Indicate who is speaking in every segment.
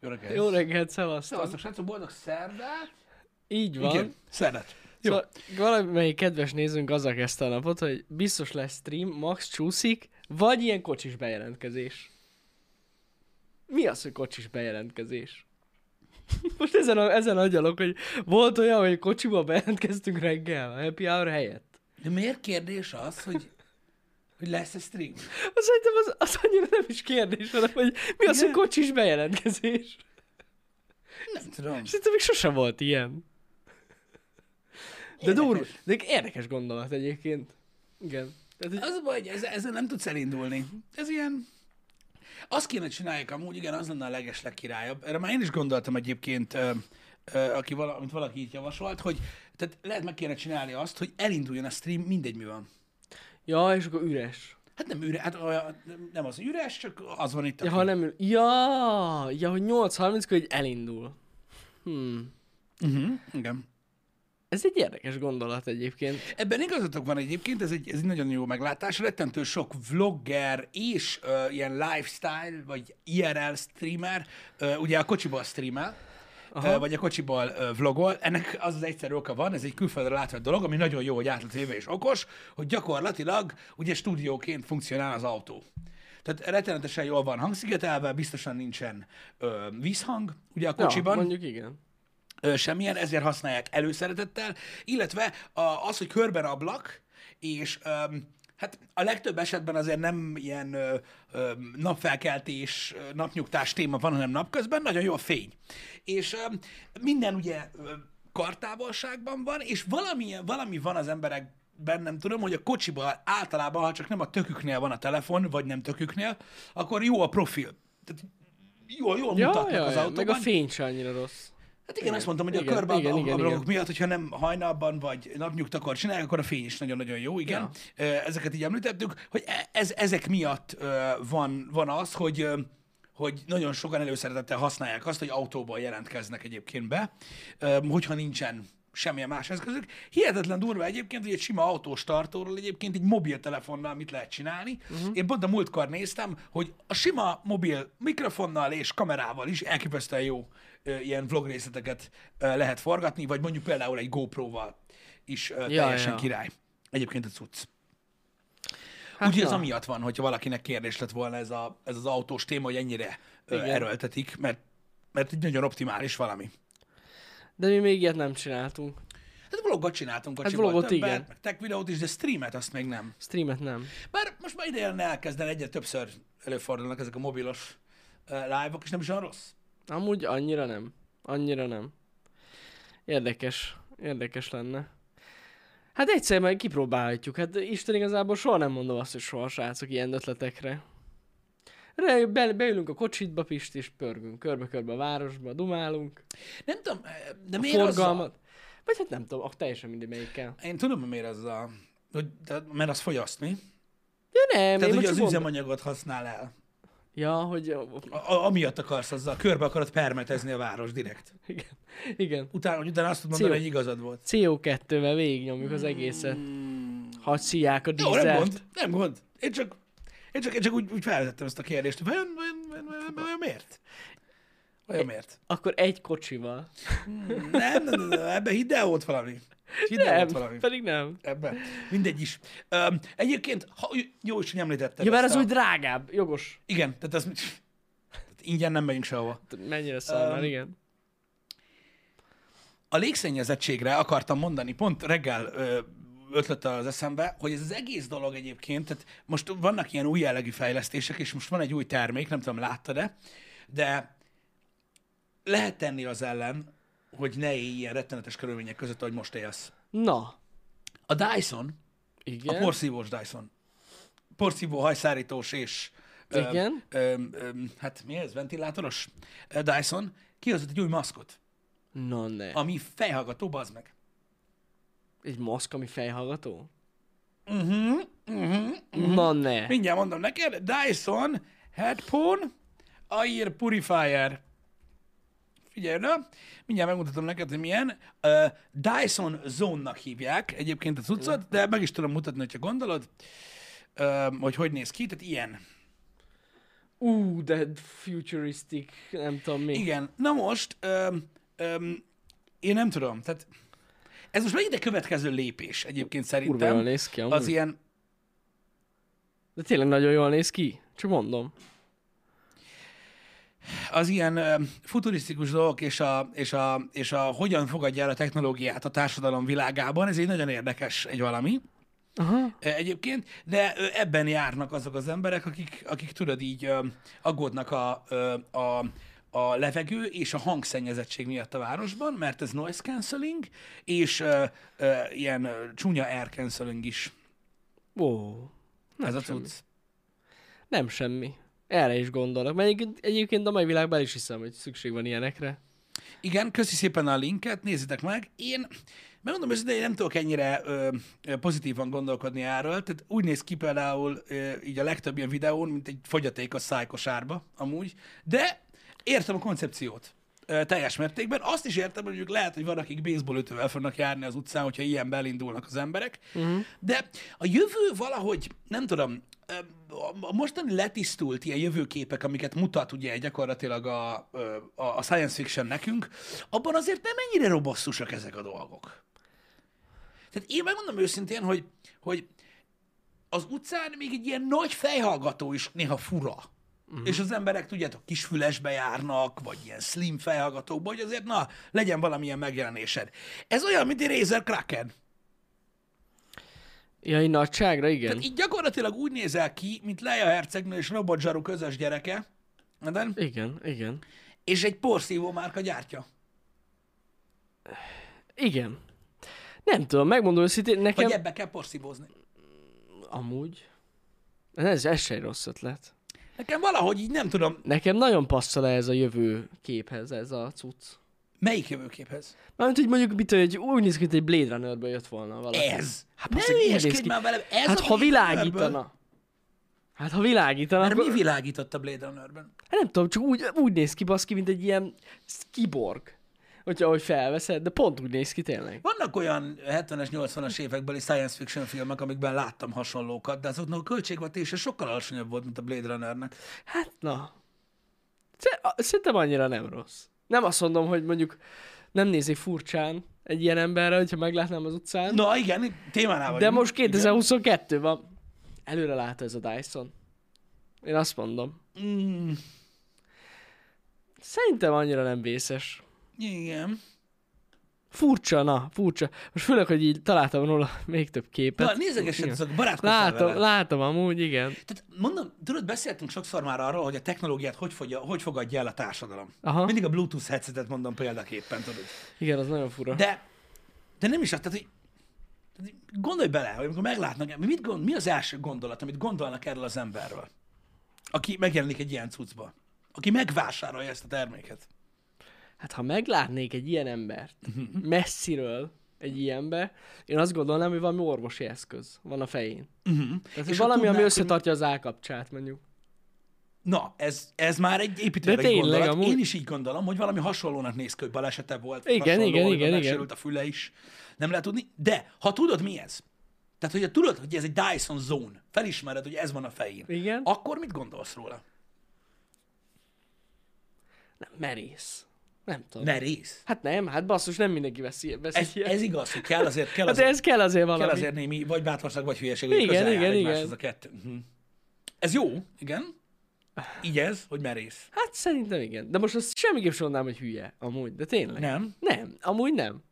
Speaker 1: Jó reggelt.
Speaker 2: Jó reggelt, szevasztok.
Speaker 1: Szevasztok, srácok, boldog szerdát.
Speaker 2: Így van.
Speaker 1: Igen, szerdát. Jó.
Speaker 2: Szóval valamelyik kedves nézőnk azzal kezdte a napot, hogy biztos lesz stream, Max csúszik, vagy ilyen kocsis bejelentkezés. Mi az, hogy kocsis bejelentkezés? Most ezen, a, ezen agyalok, hogy volt olyan, hogy kocsiba bejelentkeztünk reggel, a happy hour helyett.
Speaker 1: De miért kérdés az, hogy, hogy lesz-e stream?
Speaker 2: Az szerintem az, az annyira nem is kérdés, hanem hogy mi az, hogy
Speaker 1: Igen.
Speaker 2: kocsis bejelentkezés.
Speaker 1: Nem tudom.
Speaker 2: Szerintem még sose volt ilyen. De
Speaker 1: Érdekes.
Speaker 2: durva, de érdekes gondolat egyébként. Igen. Tehát, hogy
Speaker 1: Az a baj, hogy ezzel, ezzel nem tudsz elindulni. Ez ilyen... Azt kéne csinálják amúgy, igen, az lenne a legesleg királyabb. Erre már én is gondoltam egyébként, ö, ö, aki vala, amit valaki itt javasolt, hogy tehát lehet meg kéne csinálni azt, hogy elinduljon a stream, mindegy mi van.
Speaker 2: ja, és akkor üres.
Speaker 1: Hát nem üres, hát olyan, nem az üres, csak az van itt.
Speaker 2: Ja,
Speaker 1: aki-
Speaker 2: ha nem ül. Ja, ja, hogy 8.30-kor egy elindul. Hmm.
Speaker 1: Mhm, igen.
Speaker 2: Ez egy érdekes gondolat egyébként.
Speaker 1: Ebben igazatok van egyébként, ez egy, ez egy nagyon jó meglátás. Rettentő sok vlogger és ö, ilyen lifestyle, vagy IRL streamer, ö, ugye a kocsiból streamel, ö, vagy a kocsiból ö, vlogol. Ennek az az egyszerű oka van, ez egy külföldre látható dolog, ami nagyon jó, hogy átlat éve és okos, hogy gyakorlatilag ugye stúdióként funkcionál az autó. Tehát rettenetesen jól van hangszigetelve, biztosan nincsen ö, vízhang ugye a kocsiban.
Speaker 2: Ja, mondjuk igen.
Speaker 1: Ö, semmilyen, ezért használják előszeretettel, illetve a- az, hogy körben ablak, és öm, hát a legtöbb esetben azért nem ilyen ö, öm, napfelkeltés, ö, napnyugtás téma van, hanem napközben, nagyon jó a fény. És öm, minden ugye ö, kartávolságban van, és valamilyen, valami van az emberek nem tudom, hogy a kocsiban általában, ha csak nem a töküknél van a telefon, vagy nem töküknél, akkor jó a profil. Tehát jól, jól
Speaker 2: Ja,
Speaker 1: mutatnak
Speaker 2: ja,
Speaker 1: az
Speaker 2: ja, meg a
Speaker 1: autóban.
Speaker 2: fény se annyira rossz.
Speaker 1: Hát igen, azt mondtam, hogy
Speaker 2: Igen,
Speaker 1: a körbe
Speaker 2: igen,
Speaker 1: igen,
Speaker 2: igen,
Speaker 1: igen, ablakok
Speaker 2: igen.
Speaker 1: miatt, hogyha nem hajnalban vagy napnyugtakor csinálják, akkor a fény is nagyon-nagyon jó, igen. Ja. Ezeket így említettük, hogy e- ez, ezek miatt ö, van, van az, hogy ö, hogy nagyon sokan előszeretettel használják azt, hogy autóból jelentkeznek egyébként be, ö, hogyha nincsen semmilyen más eszközük. Hihetetlen durva egyébként, hogy egy sima autós tartóról egyébként egy mobiltelefonnal mit lehet csinálni. Uh-huh. Én pont a múltkor néztem, hogy a sima mobil mikrofonnal és kamerával is elképesztően jó ö, ilyen vlog részleteket ö, lehet forgatni, vagy mondjuk például egy GoPro-val is ö,
Speaker 2: Ja,
Speaker 1: teljesen
Speaker 2: ja.
Speaker 1: király. Egyébként a cucc.
Speaker 2: Hát
Speaker 1: Úgyhogy ez
Speaker 2: na.
Speaker 1: amiatt van, hogyha valakinek kérdés lett volna ez, a, ez az autós téma, hogy ennyire ö,
Speaker 2: Igen.
Speaker 1: erőltetik, mert, mert egy nagyon optimális valami.
Speaker 2: De mi még ilyet nem csináltunk.
Speaker 1: Hát vlogot csináltunk a
Speaker 2: Hát
Speaker 1: Csiból
Speaker 2: vlogot
Speaker 1: többet,
Speaker 2: igen.
Speaker 1: meg tech videót is, de streamet azt még nem.
Speaker 2: Streamet nem.
Speaker 1: Bár most már ideje lenne elkezdeni, egyre többször előfordulnak ezek a mobilos ö, live-ok, és nem is olyan rossz.
Speaker 2: Amúgy annyira nem. Annyira nem. Érdekes. Érdekes lenne. Hát egyszer majd kipróbálhatjuk. Hát Isten igazából soha nem mondom azt, hogy soha srácok ilyen ötletekre. Re, be, beülünk a kocsitba, Pist, és pörgünk. Körbe-körbe a városba, dumálunk.
Speaker 1: Nem tudom, ö, de
Speaker 2: A
Speaker 1: miért az
Speaker 2: forgalmat. Vagy hát nem tudom, ah, teljesen mindegy melyikkel.
Speaker 1: a... Én tudom, hogy miért az a... Hogy, de, mert az fogyaszt, mi?
Speaker 2: Ja nem,
Speaker 1: Tehát ugye
Speaker 2: én most
Speaker 1: az
Speaker 2: az mondom.
Speaker 1: üzemanyagot használ el.
Speaker 2: Ja, hogy...
Speaker 1: A, a, amiatt akarsz azzal, körbe akarod permetezni a város direkt.
Speaker 2: Igen. Igen.
Speaker 1: Utána, hogy utána azt tudod mondani,
Speaker 2: Cio.
Speaker 1: hogy igazad volt.
Speaker 2: CO2-vel végignyomjuk az egészet. Hadd szíják a
Speaker 1: Hmm. Jó, nem
Speaker 2: dízelt.
Speaker 1: gond, nem gond. Én csak, én csak, én csak úgy, úgy felvetettem ezt a kérdést. Vajon, vajon, vajon, vajon, vajon miért? Vajon miért?
Speaker 2: Akkor egy kocsival.
Speaker 1: Nem, nem, nem, nem, ebben hidd el volt valami. Hidd el
Speaker 2: Nem,
Speaker 1: volt valami.
Speaker 2: pedig nem.
Speaker 1: Ebben. Mindegy is. Öm, egyébként, ha, jó is, hogy említetted.
Speaker 2: Ja, mert
Speaker 1: ezt
Speaker 2: az
Speaker 1: a-
Speaker 2: úgy drágább, jogos.
Speaker 1: Igen, tehát az... Tehát ingyen nem megyünk sehova.
Speaker 2: Mennyire szar már,
Speaker 1: Öm,
Speaker 2: igen.
Speaker 1: a légszennyezettségre akartam mondani, pont reggel ö, ötlött az eszembe, hogy ez az egész dolog egyébként, tehát most vannak ilyen új jellegű fejlesztések, és most van egy új termék, nem tudom, láttad-e, de lehet tenni az ellen, hogy ne élj ilyen rettenetes körülmények között, ahogy most élsz.
Speaker 2: Na,
Speaker 1: A Dyson,
Speaker 2: igen.
Speaker 1: a porszívós Dyson, porszívó hajszárítós és ö,
Speaker 2: Igen.
Speaker 1: Ö, ö, hát mi ez, ventilátoros Ö, Dyson, kihozott egy új maszkot,
Speaker 2: Na ne.
Speaker 1: ami fejhallgató, bazd meg.
Speaker 2: Egy maszk, ami fejhallgató? Uh-huh, uh-huh, Na ne.
Speaker 1: Mindjárt mondom neked, Dyson Headphone Air Purifier. Figyelj oda, mindjárt megmutatom neked, hogy milyen. Ö, Dyson Zone-nak hívják egyébként a cuccot, de meg is tudom mutatni, ha gondolod, ö, hogy hogy néz ki, tehát ilyen.
Speaker 2: ú, de futuristic, nem tudom mi.
Speaker 1: Igen. Na most, öm, öm, én nem tudom, tehát ez most megint egy következő lépés egyébként
Speaker 2: Kurva jól
Speaker 1: szerintem.
Speaker 2: néz ki amúgy.
Speaker 1: Az ilyen,
Speaker 2: De tényleg nagyon jól néz ki. Csak mondom.
Speaker 1: az ilyen öm, futurisztikus dolgok és a, és, a, és a hogyan fogadja el a technológiát a társadalom világában, ez egy nagyon érdekes egy valami.
Speaker 2: Aha.
Speaker 1: E, egyébként, de ö, ebben járnak azok az emberek, akik, akik tudod így ö, aggódnak a, ö, a, a levegő és a hangszennyezettség miatt a városban, mert ez noise cancelling, és ö, ö, ilyen ö, csúnya air cancelling is.
Speaker 2: Ó, nem
Speaker 1: ez a
Speaker 2: semmi.
Speaker 1: cucc.
Speaker 2: Nem semmi. Erre is gondolok. Mert egyébként- egyébként a mai világban el is hiszem, hogy szükség van ilyenekre.
Speaker 1: Igen, köszi szépen a linket, nézzétek meg. Én, megmondom őszintén, én nem tudok ennyire ö, ö, pozitívan gondolkodni erről, tehát úgy néz ki például ö, így a legtöbb ilyen videón, mint egy fogyaték a szájkosárba, amúgy, de értem a koncepciót ö, teljes mértékben. Azt is értem, hogy mondjuk lehet, hogy van, akik baseball ütővel fognak járni az utcán, hogyha ilyen belindulnak az emberek, uh-huh. de a jövő valahogy, nem tudom, ö, a- a mostani letisztult ilyen jövőképek, amiket mutat ugye gyakorlatilag a, ö, a, a science fiction nekünk, abban azért nem ennyire robosztusak ezek a dolgok. Tehát én megmondom őszintén, hogy, hogy az utcán még egy ilyen nagy fejhallgató is néha fura. Uh-huh. És az emberek, tudjátok, kisfülesbe járnak, vagy ilyen slim fejhallgatókba, hogy azért na, legyen valamilyen megjelenésed. Ez olyan, mint egy Razer Kraken.
Speaker 2: Jaj, nagyságra, igen.
Speaker 1: Tehát így gyakorlatilag úgy nézel ki, mint Leia Hercegnő és Robot Zsaru közös gyereke, Eden?
Speaker 2: Igen, igen.
Speaker 1: és egy porszívó márka gyártja.
Speaker 2: Igen. Nem tudom, megmondom őszintén,
Speaker 1: Vagy
Speaker 2: nekem...
Speaker 1: ebbe kell porszívózni.
Speaker 2: Amúgy. Ez, ez se egy rossz ötlet.
Speaker 1: Nekem valahogy így nem tudom,
Speaker 2: Nekem nagyon passzol ez a jövő képhez, ez a cucc.
Speaker 1: melyik jövőképhez.
Speaker 2: Mármint, hogy mondjuk mit, hogy úgy néz ki, hogy egy Blade Runnerből jött volna valaki.
Speaker 1: Ez.
Speaker 2: Hát,
Speaker 1: Ne
Speaker 2: basszus, úgy néz
Speaker 1: hülyeskedj
Speaker 2: ki.
Speaker 1: már velem. Eh, Ez
Speaker 2: hát
Speaker 1: a
Speaker 2: ha
Speaker 1: Blade Runnerből.
Speaker 2: világítana. Hát ha világítana,
Speaker 1: Mert
Speaker 2: akkor...
Speaker 1: mi
Speaker 2: Mi...
Speaker 1: világított a Blade Runnerben?
Speaker 2: Hát nem tudom, csak úgy, úgy néz ki baszki, mint egy ilyen kiborg. Hogyha ahogy felveszed, de pont úgy néz ki tényleg.
Speaker 1: Vannak olyan 70-es, 80-as évekbeli science fiction filmek, amikben láttam hasonlókat, de azoknak a költségvetése sokkal alacsonyabb volt, mint a Blade Runnernek.
Speaker 2: Hát na. Sze- a- Szerintem annyira nem rossz. Nem azt mondom, hogy mondjuk nem nézi furcsán egy ilyen emberre, hogyha meglátnám az utcán.
Speaker 1: Na igen, témánál vagyunk.
Speaker 2: de most
Speaker 1: Igen.
Speaker 2: 2022 van. Előre lát ez a Dyson. Én azt mondom.
Speaker 1: Mm,
Speaker 2: Szerintem annyira nem vészes.
Speaker 1: igen.
Speaker 2: Furcsa, na, furcsa. Most főleg, hogy így találtam róla még több képet.
Speaker 1: Na, nézegesed,
Speaker 2: Igen.
Speaker 1: azok barátkozzál
Speaker 2: Látom,
Speaker 1: vele.
Speaker 2: látom amúgy, igen.
Speaker 1: Tehát mondom, tudod, beszéltünk sokszor már arról, hogy a technológiát hogy, fogja, hogy fogadja el a társadalom.
Speaker 2: Aha.
Speaker 1: Mindig a Bluetooth headsetet mondom példaképpen, tudod.
Speaker 2: Igen, az nagyon fura. De...
Speaker 1: De, de nem is azt, tehát, hogy tehát, hogy gondolj bele, hogy amikor meglátnak, mit gond, mi az első gondolat, amit gondolnak erről az emberről, aki megjelenik egy ilyen cuccba, aki megvásárolja ezt a terméket.
Speaker 2: Hát ha meglátnék egy ilyen embert,
Speaker 1: Mhm.
Speaker 2: messziről egy ilyenbe, én azt gondolnám, hogy valami orvosi eszköz van a fején.
Speaker 1: Uh-huh.
Speaker 2: Tehát
Speaker 1: És
Speaker 2: és
Speaker 1: ha
Speaker 2: valami,
Speaker 1: tudnánk,
Speaker 2: ami
Speaker 1: hogy-
Speaker 2: összetartja az állkapcsát, mondjuk.
Speaker 1: Na, ez, ez már egy
Speaker 2: De
Speaker 1: építőleg
Speaker 2: tényleg,
Speaker 1: gondolat. Amúgy...
Speaker 2: amúgy-
Speaker 1: Én is így gondolom, hogy valami hasonlónak néz ki, hogy balesete volt.
Speaker 2: Igen,
Speaker 1: hasonló,
Speaker 2: igen,
Speaker 1: hogy
Speaker 2: igen, igen.
Speaker 1: megsérült a füle is. Nem lehet tudni. De, ha tudod, mi ez? Tehát, hogyha tudod, hogy ez egy Dyson Zone, felismered, hogy ez van a fején,
Speaker 2: Igen.
Speaker 1: akkor mit gondolsz róla?
Speaker 2: Nem, merész. Nem tudom. Ne.
Speaker 1: Merész.
Speaker 2: Hát nem, hát basszus, nem mindenki veszi, veszi
Speaker 1: Ez,
Speaker 2: ilyen.
Speaker 1: ez igaz, hogy kell azért, kell
Speaker 2: hát
Speaker 1: azért,
Speaker 2: ez kell azért valami.
Speaker 1: kell azért némi, vagy bátorság, vagy hülyeség, hogy
Speaker 2: Igen,
Speaker 1: közel jár
Speaker 2: igen,
Speaker 1: egymáshoz
Speaker 2: igen.
Speaker 1: a kettő. Mhm. Ez jó, igen. Így ez, hogy merész.
Speaker 2: Hát szerintem igen. De most azt semmiképp sem mondanám, hogy hülye, amúgy, de tényleg.
Speaker 1: Nem.
Speaker 2: Nem, amúgy nem.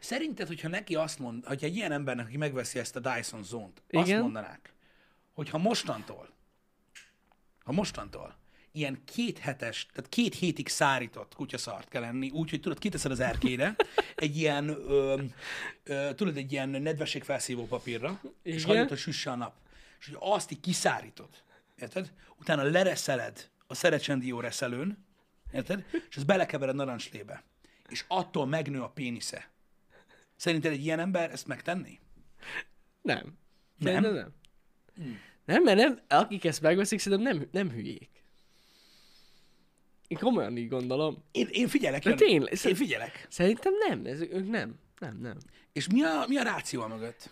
Speaker 1: Szerinted, hogyha neki azt mond, hogyha egy ilyen embernek, aki megveszi ezt a Dyson Zone-t, azt
Speaker 2: Igen.
Speaker 1: mondanák, hogy ha mostantól, ha mostantól ilyen két hetes, tehát két hétig szárított kutyaszart kell enni, úgyhogy tudod, kiteszed az erkére egy ilyen, ö, ö, tudod, egy ilyen nedvességfelszívó papírra, és
Speaker 2: Igen.
Speaker 1: hagyod, hogy süsse a nap. És hogy azt így kiszárítod, érted? Utána lereszeled a szerecsendió reszelőn, érted? És azt belekevered narancslébe. És attól megnő a pénisze. Szerinted egy ilyen ember ezt megtenni?
Speaker 2: Nem. Hmm. Szerintem nem. Nem, mert nem, akik ezt megveszik, szerintem nem, nem hülyék. Én komolyan így gondolom.
Speaker 1: Én, én figyelek,
Speaker 2: De
Speaker 1: Jani.
Speaker 2: tényleg,
Speaker 1: Én
Speaker 2: szerint-
Speaker 1: figyelek.
Speaker 2: Szerintem nem, ez, ők nem. Nem, nem.
Speaker 1: És mi a, mi a ráció mögött?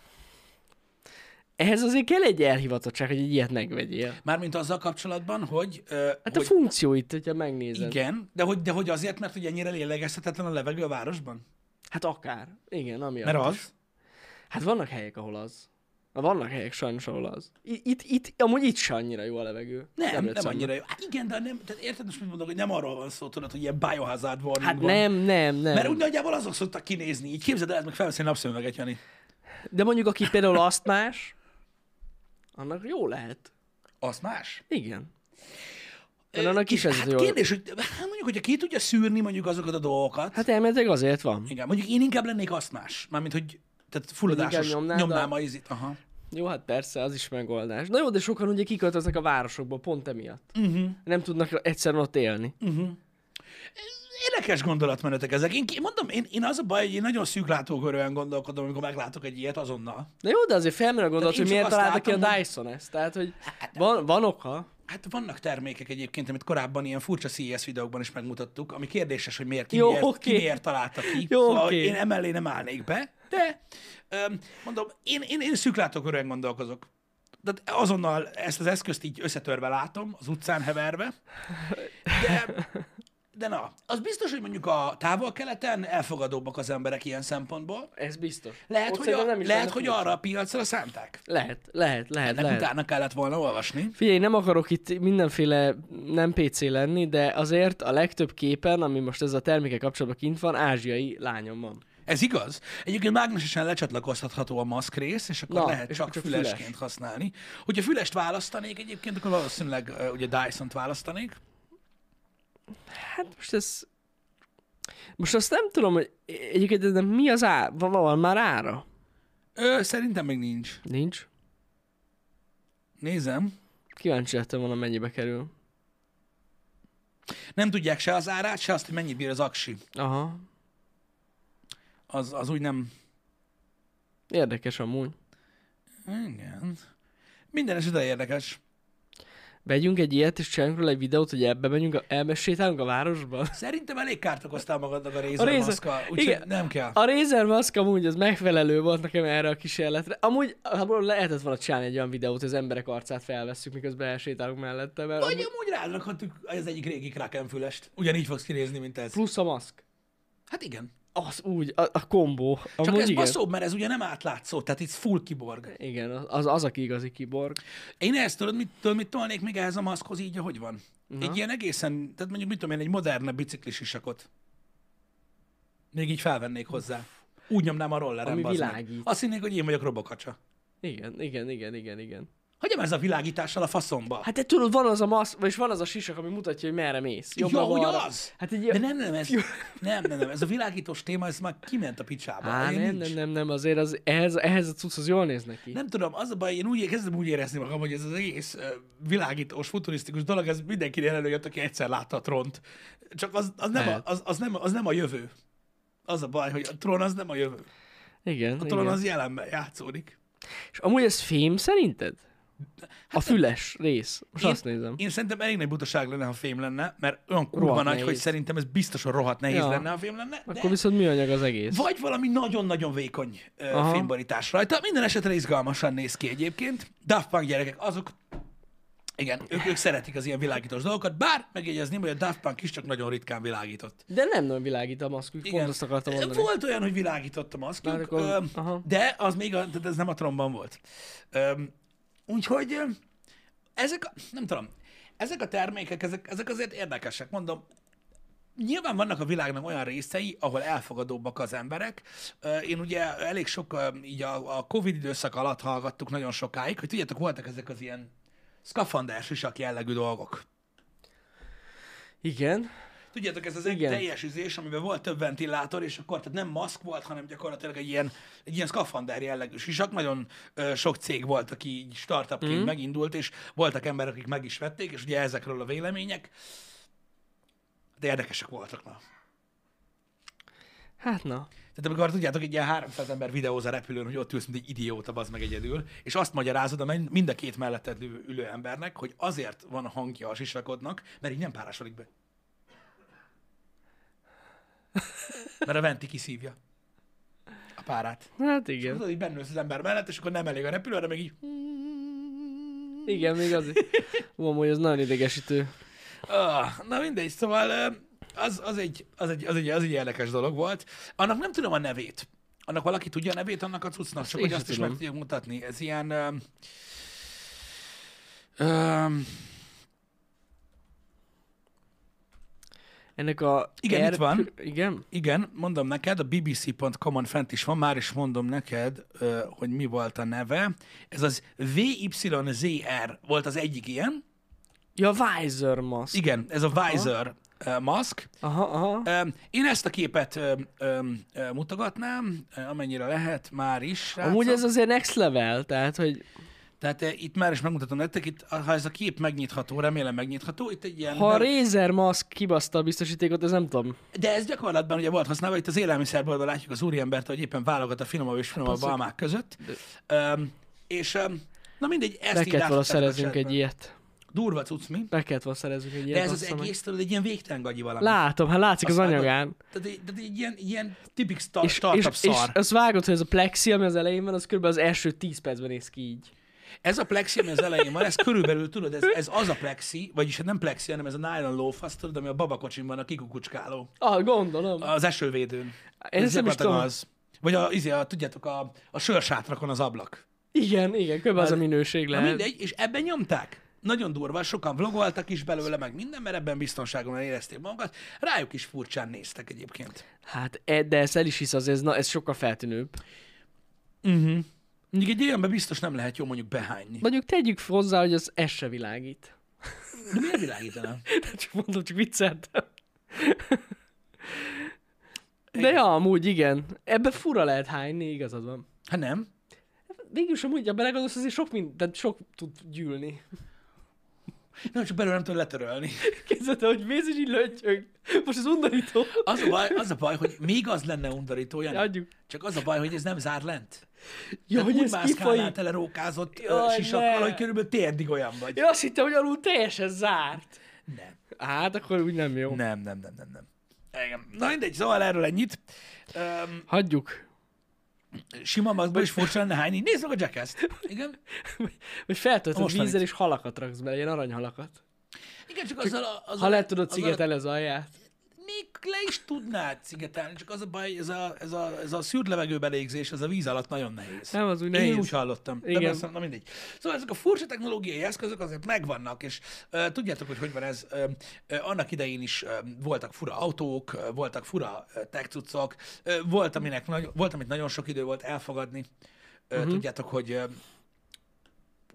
Speaker 2: ehhez azért kell egy elhivatottság, hogy egy ilyet megvegyél.
Speaker 1: Mármint azzal kapcsolatban, hogy... Ö,
Speaker 2: Hát
Speaker 1: hogy
Speaker 2: a funkcióit, hogyha megnézed.
Speaker 1: igen, de hogy, de hogy azért, mert hogy ennyire lélegezhetetlen a levegő a városban?
Speaker 2: Hát akár. Igen, ami
Speaker 1: Mert az.
Speaker 2: Hát vannak helyek, ahol az. Na, Vannak helyek sajnos, ahol az. I- Itt, itt, amúgy itt se annyira jó a levegő.
Speaker 1: Nem, nem
Speaker 2: Debrecenben.
Speaker 1: annyira jó. Hát igen, de nem, tehát érted most mit mondok, hogy nem arról van szó, tudod, hogy ilyen biohazard warning
Speaker 2: Hát
Speaker 1: van.
Speaker 2: nem, nem, nem.
Speaker 1: Mert úgy nagyjából azok szoktak kinézni, így képzeld el, meg felveszi a napszemüveget, Jani.
Speaker 2: De mondjuk, aki például asztmás, annak jó lehet.
Speaker 1: Az más.
Speaker 2: Igen.
Speaker 1: Ö,
Speaker 2: Talán annak is ez
Speaker 1: hát
Speaker 2: az jó.
Speaker 1: kérdés, hogy hát mondjuk, hogyha ki tudja szűrni mondjuk azokat a dolgokat. Hát,
Speaker 2: Hát elméletileg azért van.
Speaker 1: igen, mondjuk én inkább lennék azt más. Mármint, hogy tehát fulladásos,
Speaker 2: inkább
Speaker 1: nyomnám,
Speaker 2: nyomnád
Speaker 1: nyomnám
Speaker 2: a-
Speaker 1: a izit. Aha.
Speaker 2: Jó, hát persze, az is megoldás. Na jó, de sokan ugye kiköltöznek a városokba pont emiatt.
Speaker 1: Uh-huh,
Speaker 2: Nem tudnak egyszerűen ott élni.
Speaker 1: uh-huh. Érdekes gondolatmenetek ezek. Én ki- mondom, én, én az a baj, hogy én nagyon szűk látókörűen gondolkodom, amikor meglátok egy ilyet azonnal.
Speaker 2: Na jó, de azért felmerül a gondolat,
Speaker 1: én
Speaker 2: hogy
Speaker 1: csak
Speaker 2: miért
Speaker 1: azt
Speaker 2: találta ki a
Speaker 1: látom, hogy-
Speaker 2: Dyson ezt. Tehát, hogy van, van oka.
Speaker 1: Hát vannak termékek egyébként, amit korábban ilyen furcsa CES videókban is megmutattuk, ami kérdéses, hogy miért, ki,
Speaker 2: Jó,
Speaker 1: miért,
Speaker 2: oké.
Speaker 1: ki miért találta ki.
Speaker 2: Jó,
Speaker 1: szóval
Speaker 2: oké.
Speaker 1: én emellé nem állnék be, de öm, mondom, én, én, én szűklátókörűen gondolkozok. De azonnal ezt az eszközt így összetörve látom, az utcán heverve. De, de na, az biztos, hogy mondjuk a távol-keleten elfogadóbbak az emberek ilyen szempontból.
Speaker 2: Ez biztos.
Speaker 1: Lehet,
Speaker 2: Ott
Speaker 1: hogy, a,
Speaker 2: szerintem nem is
Speaker 1: lehet
Speaker 2: lenne
Speaker 1: hogy
Speaker 2: furcsa.
Speaker 1: arra a piacra szánták.
Speaker 2: Lehet, lehet, lehet,
Speaker 1: Ennek
Speaker 2: lehet.
Speaker 1: utána kellett volna olvasni.
Speaker 2: Figyelj, nem akarok itt mindenféle nem PC lenni, de azért a legtöbb képen, ami most ez a terméke kapcsolatban kint van, ázsiai lányom van.
Speaker 1: Ez igaz. Egyébként mágnesesen lecsatlakoztatható a maszk rész, és akkor
Speaker 2: Na,
Speaker 1: lehet
Speaker 2: és
Speaker 1: csak,
Speaker 2: akkor csak füles.
Speaker 1: fülesként használni. Hogyha fülest választanék egyébként, akkor valószínűleg ö, ugye Dyson-t választanék.
Speaker 2: Hát most ez... Most azt nem tudom, hogy egyébként ennek mi az ára? Van, van már ára?
Speaker 1: Ö, szerintem még nincs.
Speaker 2: Nincs.
Speaker 1: Nézem.
Speaker 2: Kíváncsi lettem volna, mennyibe kerül.
Speaker 1: Nem tudják se az árát, se azt, hogy mennyit bír az aksi.
Speaker 2: Aha.
Speaker 1: Az, az úgy nem...
Speaker 2: Érdekes amúgy.
Speaker 1: Igen. Minden esetre érdekes.
Speaker 2: Vegyünk egy ilyet, és csináljunk róla egy videót, hogy ebbe menjünk, a, elmesétálunk a városba.
Speaker 1: Szerintem elég kárt okoztál magadnak a Razer,
Speaker 2: Razer-
Speaker 1: maszkkal, úgyhogy
Speaker 2: igen.
Speaker 1: nem kell.
Speaker 2: A Razer Mask amúgy az megfelelő volt nekem erre a kísérletre. Amúgy abból lehetett volna csinálni egy olyan videót, hogy az emberek arcát felvesszük, miközben elsétálunk mellette. Mert
Speaker 1: Vagy
Speaker 2: amúgy...
Speaker 1: amúgy rádrakhatjuk az egyik régi Kraken fülest. Ugyanígy fogsz kinézni, mint ez.
Speaker 2: Plusz a maszk.
Speaker 1: Hát igen.
Speaker 2: Az úgy, a, a kombó.
Speaker 1: Csak
Speaker 2: Amúgy
Speaker 1: ez
Speaker 2: igen.
Speaker 1: baszóbb, mert ez ugye nem átlátszó, tehát itt full kiborg.
Speaker 2: Igen, az, az, aki igazi kiborg.
Speaker 1: Én ezt tudod, mit, tudod, mit tolnék még ehhez a maszkhoz így, ahogy van? Na. Egy ilyen egészen, tehát mondjuk mit tudom én, egy modernebb biciklis isakot. Még így felvennék hozzá. Úgy nyomnám a rollerem,
Speaker 2: Ami
Speaker 1: bazd meg.
Speaker 2: világít.
Speaker 1: Azt hinnék, hogy én vagyok robokacsa.
Speaker 2: Igen, igen, igen, igen, igen.
Speaker 1: Hagyjam ez a világítással a faszomba. Hát,
Speaker 2: Hát te tudod, van az a maszk, vagyis van az a sisak, ami mutatja, hogy merre mész.
Speaker 1: Jó,
Speaker 2: Jobbra,
Speaker 1: hogy
Speaker 2: balra.
Speaker 1: az?
Speaker 2: Hát egy
Speaker 1: de
Speaker 2: ilyen...
Speaker 1: nem, nem, ez, nem, nem, nem, ez a világítós téma, ez már kiment a picsába.
Speaker 2: Á,
Speaker 1: Én
Speaker 2: nem,
Speaker 1: nincs.
Speaker 2: nem, nem, nem, azért az, ehhez, ehhez a cucchoz jól néz neki.
Speaker 1: Nem tudom, az a baj, én úgy kezdem úgy érezni magam, hogy ez az egész ö, világítós, futurisztikus dolog, ez mindenkinél előjött, aki egyszer látta a tront. Csak az, az, nem, a,
Speaker 2: Lehet.
Speaker 1: az, az, nem, az nem a jövő. Az a baj, hogy a trón az nem a jövő.
Speaker 2: Igen,
Speaker 1: A trón
Speaker 2: igen.
Speaker 1: az jelenben játszódik.
Speaker 2: És amúgy ez fém szerinted? A füles rész. Most
Speaker 1: Hát, Én-
Speaker 2: azt nézem.
Speaker 1: Én szerintem elég nagy butaság lenne, ha fém lenne, mert olyan kurva
Speaker 2: Rohadt
Speaker 1: nagy,
Speaker 2: nehéz.
Speaker 1: hogy szerintem ez biztosan rohadt nehéz
Speaker 2: Ja.
Speaker 1: lenne, ha fém lenne. De...
Speaker 2: Akkor viszont műanyag az egész.
Speaker 1: Vagy valami nagyon-nagyon vékony ö,
Speaker 2: Aha.
Speaker 1: fémborítás rajta. Minden esetre izgalmasan néz ki egyébként. Daft Punk gyerekek, azok, igen, ők, ők szeretik az ilyen világítós dolgokat, bár megjegyezném, hogy a Daft Punk is csak nagyon ritkán világított.
Speaker 2: De nem nagyon világít a maszk, úgy pont azt akartam mondani.
Speaker 1: Volt olyan, hogy világítottam azt,
Speaker 2: Na, akkor- aha.
Speaker 1: de az még, a, tehát ez nem a tromban volt. Öm, úgyhogy ö, ezek, a, nem tudom, ezek a termékek, ezek, ezek azért érdekesek, mondom, Nyilván vannak a világnak olyan részei, ahol elfogadóbbak az emberek. Ö, Én ugye elég sok, ö, így a, a Covid időszak alatt hallgattuk nagyon sokáig, hogy tudjátok, voltak ezek az ilyen szkafanders isak jellegű dolgok.
Speaker 2: Igen.
Speaker 1: Tudjátok, ez az egy
Speaker 2: Igen.
Speaker 1: teljes üzés, amiben volt több ventilátor, és akkor tehát nem maszk volt, hanem gyakorlatilag egy ilyen, egy ilyen szkafander jellegű sisak. Nagyon ö, sok cég volt, aki így startupként mm. megindult, és voltak emberek, akik meg is vették, és ugye ezekről a vélemények, de érdekesek voltak. Na.
Speaker 2: Hát na.
Speaker 1: Tehát amikor tudjátok, egy ilyen 300 ember videóz a repülőn, hogy ott ülsz, mint egy idióta, az meg egyedül, és azt magyarázod a men- mind a két melletted ülő, ülő embernek, hogy azért van a hangja a sisakodnak, mert így nem párásodik be. Mert a venti kiszívja. a párát.
Speaker 2: Hát igen.
Speaker 1: Tudod, így bennülsz az ember mellett, és akkor nem elég a repülő, hanem még így...
Speaker 2: Igen, még az. Ó, amúgy az nagyon idegesítő.
Speaker 1: Ah, na mindegy, szóval ö, az, az, egy, az, egy, az, egy, az egy érdekes dolog volt. Annak nem tudom a nevét. Annak valaki tudja a nevét, annak a cuccnak, csak
Speaker 2: én
Speaker 1: hogy
Speaker 2: se
Speaker 1: azt is
Speaker 2: tudom.
Speaker 1: meg tudjuk mutatni. Ez ilyen... Ö, ö,
Speaker 2: Ennek a...
Speaker 1: Igen, itt van.
Speaker 2: Igen?
Speaker 1: igen, mondom neked, a bbc.com-on fent is van, már is mondom neked, ö, hogy mi volt a neve. Ez az VYZR volt az egyik ilyen.
Speaker 2: Ja, Visor Mask.
Speaker 1: Igen, ez a Visor ö, maszk.
Speaker 2: Aha, aha.
Speaker 1: Öm, Én ezt a képet öm, öm, ö, mutogatnám, ö, amennyire lehet, már is. srácok.
Speaker 2: Amúgy ez azért next level, tehát, hogy
Speaker 1: Tehát eh, itt már is megmutatom nektek, itt, ha ez a kép megnyitható, remélem megnyitható, itt egy ilyen...
Speaker 2: ha a
Speaker 1: nem-
Speaker 2: Razer Mask kibaszta a biztosítékot, ez nem tudom.
Speaker 1: De ez gyakorlatban ugye volt használva, itt az élelmiszerboltban látjuk az úriembert, hogy éppen válogat a finomabb és finomabb
Speaker 2: Bazzeg.
Speaker 1: almák között. Öm, és öm, na mindegy, ezt
Speaker 2: Be
Speaker 1: így
Speaker 2: kellett volna
Speaker 1: láthattátok a
Speaker 2: szereznünk
Speaker 1: chatben.
Speaker 2: egy ilyet.
Speaker 1: Durva cucc, mi?
Speaker 2: Be kellett volna szereznünk egy ilyet.
Speaker 1: De ez az
Speaker 2: bassza meg.
Speaker 1: egész, tudod, egy ilyen végtelen gagyi valami.
Speaker 2: Látom, hát látszik az
Speaker 1: Azt látod?
Speaker 2: anyagán.
Speaker 1: Tehát, egy, tehát egy ilyen, ilyen tipik star-
Speaker 2: És,
Speaker 1: startup
Speaker 2: és, és
Speaker 1: szar.
Speaker 2: azt vágod, hogy ez a plexi, ami az elején van, az kb. az első 10 percben néz ki így.
Speaker 1: Ez a plexi, ami az elején van, ez körülbelül, tudod, ez, ez az a plexi, vagyis hát nem plexi, hanem ez a nylon lófasz, tudod, ami a babakocsin van, a kikukucskáló.
Speaker 2: Ah, gondolom.
Speaker 1: Az esővédőn.
Speaker 2: Én
Speaker 1: Ez
Speaker 2: ezt nem is
Speaker 1: gyakorlatilag
Speaker 2: tudom.
Speaker 1: az. Vagy a, izé, a, tudjátok, a, a sörsátrakon az ablak.
Speaker 2: Igen, igen, kb. az a
Speaker 1: Hát-
Speaker 2: minőség
Speaker 1: Na
Speaker 2: lehet.
Speaker 1: mindegy, és ebben nyomták. Nagyon durva, sokan vlogoltak is belőle, meg minden, mert ebben biztonságon érezték magukat. Rájuk is furcsán néztek egyébként.
Speaker 2: Hát, e- de ezt el is hisz, azért ez, na, ez sokkal feltűnőbb.
Speaker 1: Uh-huh. Mondjuk egy ilyenben biztos nem lehet jó mondjuk behányni.
Speaker 2: Mondjuk tegyük hozzá, hogy az ez se világít.
Speaker 1: De miért világítanám?
Speaker 2: Csak mondom, csak vicceltem. De ja, amúgy igen. Ebbe fura lehet hányni, igazad van.
Speaker 1: Hát nem.
Speaker 2: Végülis amúgy, ha belegondolsz, azért sok mindent, sok tud gyűlni.
Speaker 1: Nem, csak belőle nem tudom letörölni.
Speaker 2: Képzeld el, hogy mész és így lötyög. Most az undorító.
Speaker 1: Az a baj, az a baj hogy még az lenne undorító, Jani.
Speaker 2: Adjuk.
Speaker 1: Csak az a baj, hogy ez nem zár lent.
Speaker 2: Ja,
Speaker 1: Tehát
Speaker 2: hogy
Speaker 1: úgy
Speaker 2: ez
Speaker 1: mászkálnál
Speaker 2: kifolyik.
Speaker 1: tele rókázott
Speaker 2: Jaj,
Speaker 1: Jaj, sisakkal,
Speaker 2: ne.
Speaker 1: hogy körülbelül térdig olyan vagy.
Speaker 2: Én azt hittem, hogy alul teljesen zárt.
Speaker 1: Nem,
Speaker 2: Hát, akkor úgy nem jó.
Speaker 1: nem, nem, nem, nem. nem. Igen. Na mindegy, szóval erről ennyit. Um,
Speaker 2: Hagyjuk.
Speaker 1: sima magban is furcsa lenne hányni. Nézd meg a jackass Igen?
Speaker 2: Hogy feltöltöd
Speaker 1: Most van
Speaker 2: vízzel,
Speaker 1: itt.
Speaker 2: és halakat raksz bele, ilyen aranyhalakat.
Speaker 1: Igen, csak azzal a... Azzal,
Speaker 2: Ha le tudod
Speaker 1: azzal a-
Speaker 2: szigetelni az alját.
Speaker 1: Még le is tudnád szigetelni, csak az a baj, hogy ez a, ez a, ez a szűrt levegőben légzés, ez a víz alatt nagyon nehéz.
Speaker 2: Nem, az úgy
Speaker 1: Én
Speaker 2: nehéz.
Speaker 1: úgy hallottam.
Speaker 2: Igen.
Speaker 1: Igen. De persze, na mindegy. Szóval ezek a furcsa technológiai eszközök azért megvannak, és uh, tudjátok, hogy hogy van ez. Uh, uh, annak idején is uh, voltak fura autók, uh, voltak fura uh, tech cuccok, uh, volt, aminek nagy, volt, amit nagyon sok idő volt elfogadni. Uh, uh-huh. Tudjátok, hogy uh,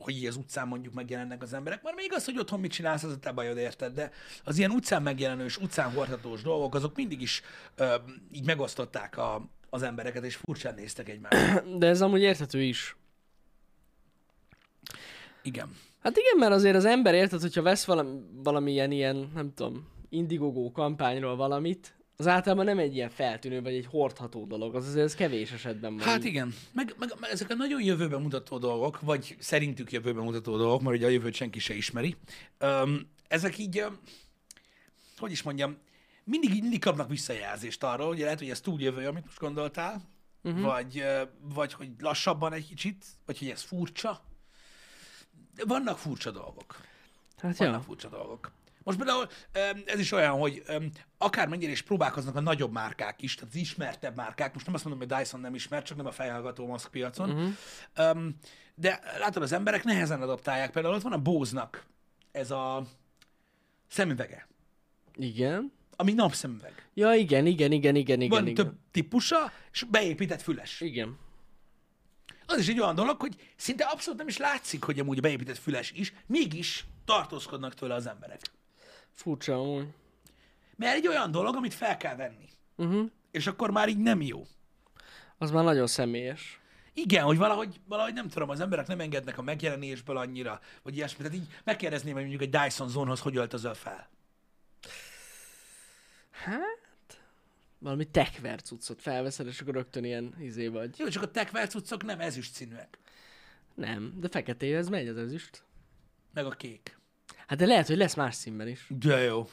Speaker 1: hogy így az utcán mondjuk megjelennek az emberek. Már még az, hogy otthon mit csinálsz, az a te bajod, érted? De az ilyen utcán megjelenős, utcán hordhatós dolgok, azok mindig is ö, így megosztották a, az embereket, és furcsán néztek egymást.
Speaker 2: De ez amúgy érthető is.
Speaker 1: Igen.
Speaker 2: Hát igen, mert azért az ember érted, hogyha vesz valami, valamilyen ilyen, nem tudom, indigogó kampányról valamit, az általában nem egy ilyen feltűnő vagy egy hordható dolog, az azért ez kevés esetben van.
Speaker 1: Hát
Speaker 2: így.
Speaker 1: igen, meg, meg, meg ezek a nagyon jövőben mutató dolgok, vagy szerintük jövőben mutató dolgok, mert ugye a jövőt senki se ismeri, öm, ezek így, öm, hogy is mondjam, mindig, így- mindig kapnak visszajelzést arról, hogy lehet, hogy ez túl jövő, amit most gondoltál, uh-huh. vagy, ö, vagy hogy lassabban egy kicsit, vagy hogy ez furcsa. De Vannak furcsa dolgok.
Speaker 2: hát
Speaker 1: Vannak
Speaker 2: ja.
Speaker 1: furcsa dolgok. Most például öm, ez is olyan, hogy öm, akármennyire is próbálkoznak a nagyobb márkák is, tehát az ismertebb márkák, most nem azt mondom, hogy Dyson nem ismert, csak nem a fejhallgató maszk piacon,
Speaker 2: Mhm.
Speaker 1: uh-huh. öm, de látod, az emberek nehezen adaptálják. Például ott van a Bóznak ez a szemüvege,
Speaker 2: Igen.
Speaker 1: ami napszemüveg.
Speaker 2: Ja, igen, igen, igen, igen, igen.
Speaker 1: Van
Speaker 2: igen.
Speaker 1: több típusa, és beépített füles.
Speaker 2: Igen.
Speaker 1: Az is egy olyan dolog, hogy szinte abszolút nem is látszik, hogy amúgy beépített füles is, mégis tartózkodnak tőle az emberek.
Speaker 2: Furcsa amúgy.
Speaker 1: Mert egy olyan dolog, amit fel kell venni.
Speaker 2: Uh-huh.
Speaker 1: És akkor már így nem jó.
Speaker 2: Az már nagyon személyes.
Speaker 1: Igen, hogy valahogy, valahogy nem tudom, az emberek nem engednek a megjelenésből annyira, vagy ilyesmi. Tehát így megkérdezném, hogy mondjuk egy Dyson Zonehoz hogy öltözöl fel.
Speaker 2: Hát? Valami tekver cuccot felveszed, és akkor rögtön ilyen izé vagy.
Speaker 1: Jó, csak a tekvel cuccok nem ezüst színűek,
Speaker 2: Nem, de feketéhez megy az ezüst.
Speaker 1: meg a kék.
Speaker 2: Hát de lehet, hogy lesz más színben is.
Speaker 1: De jó.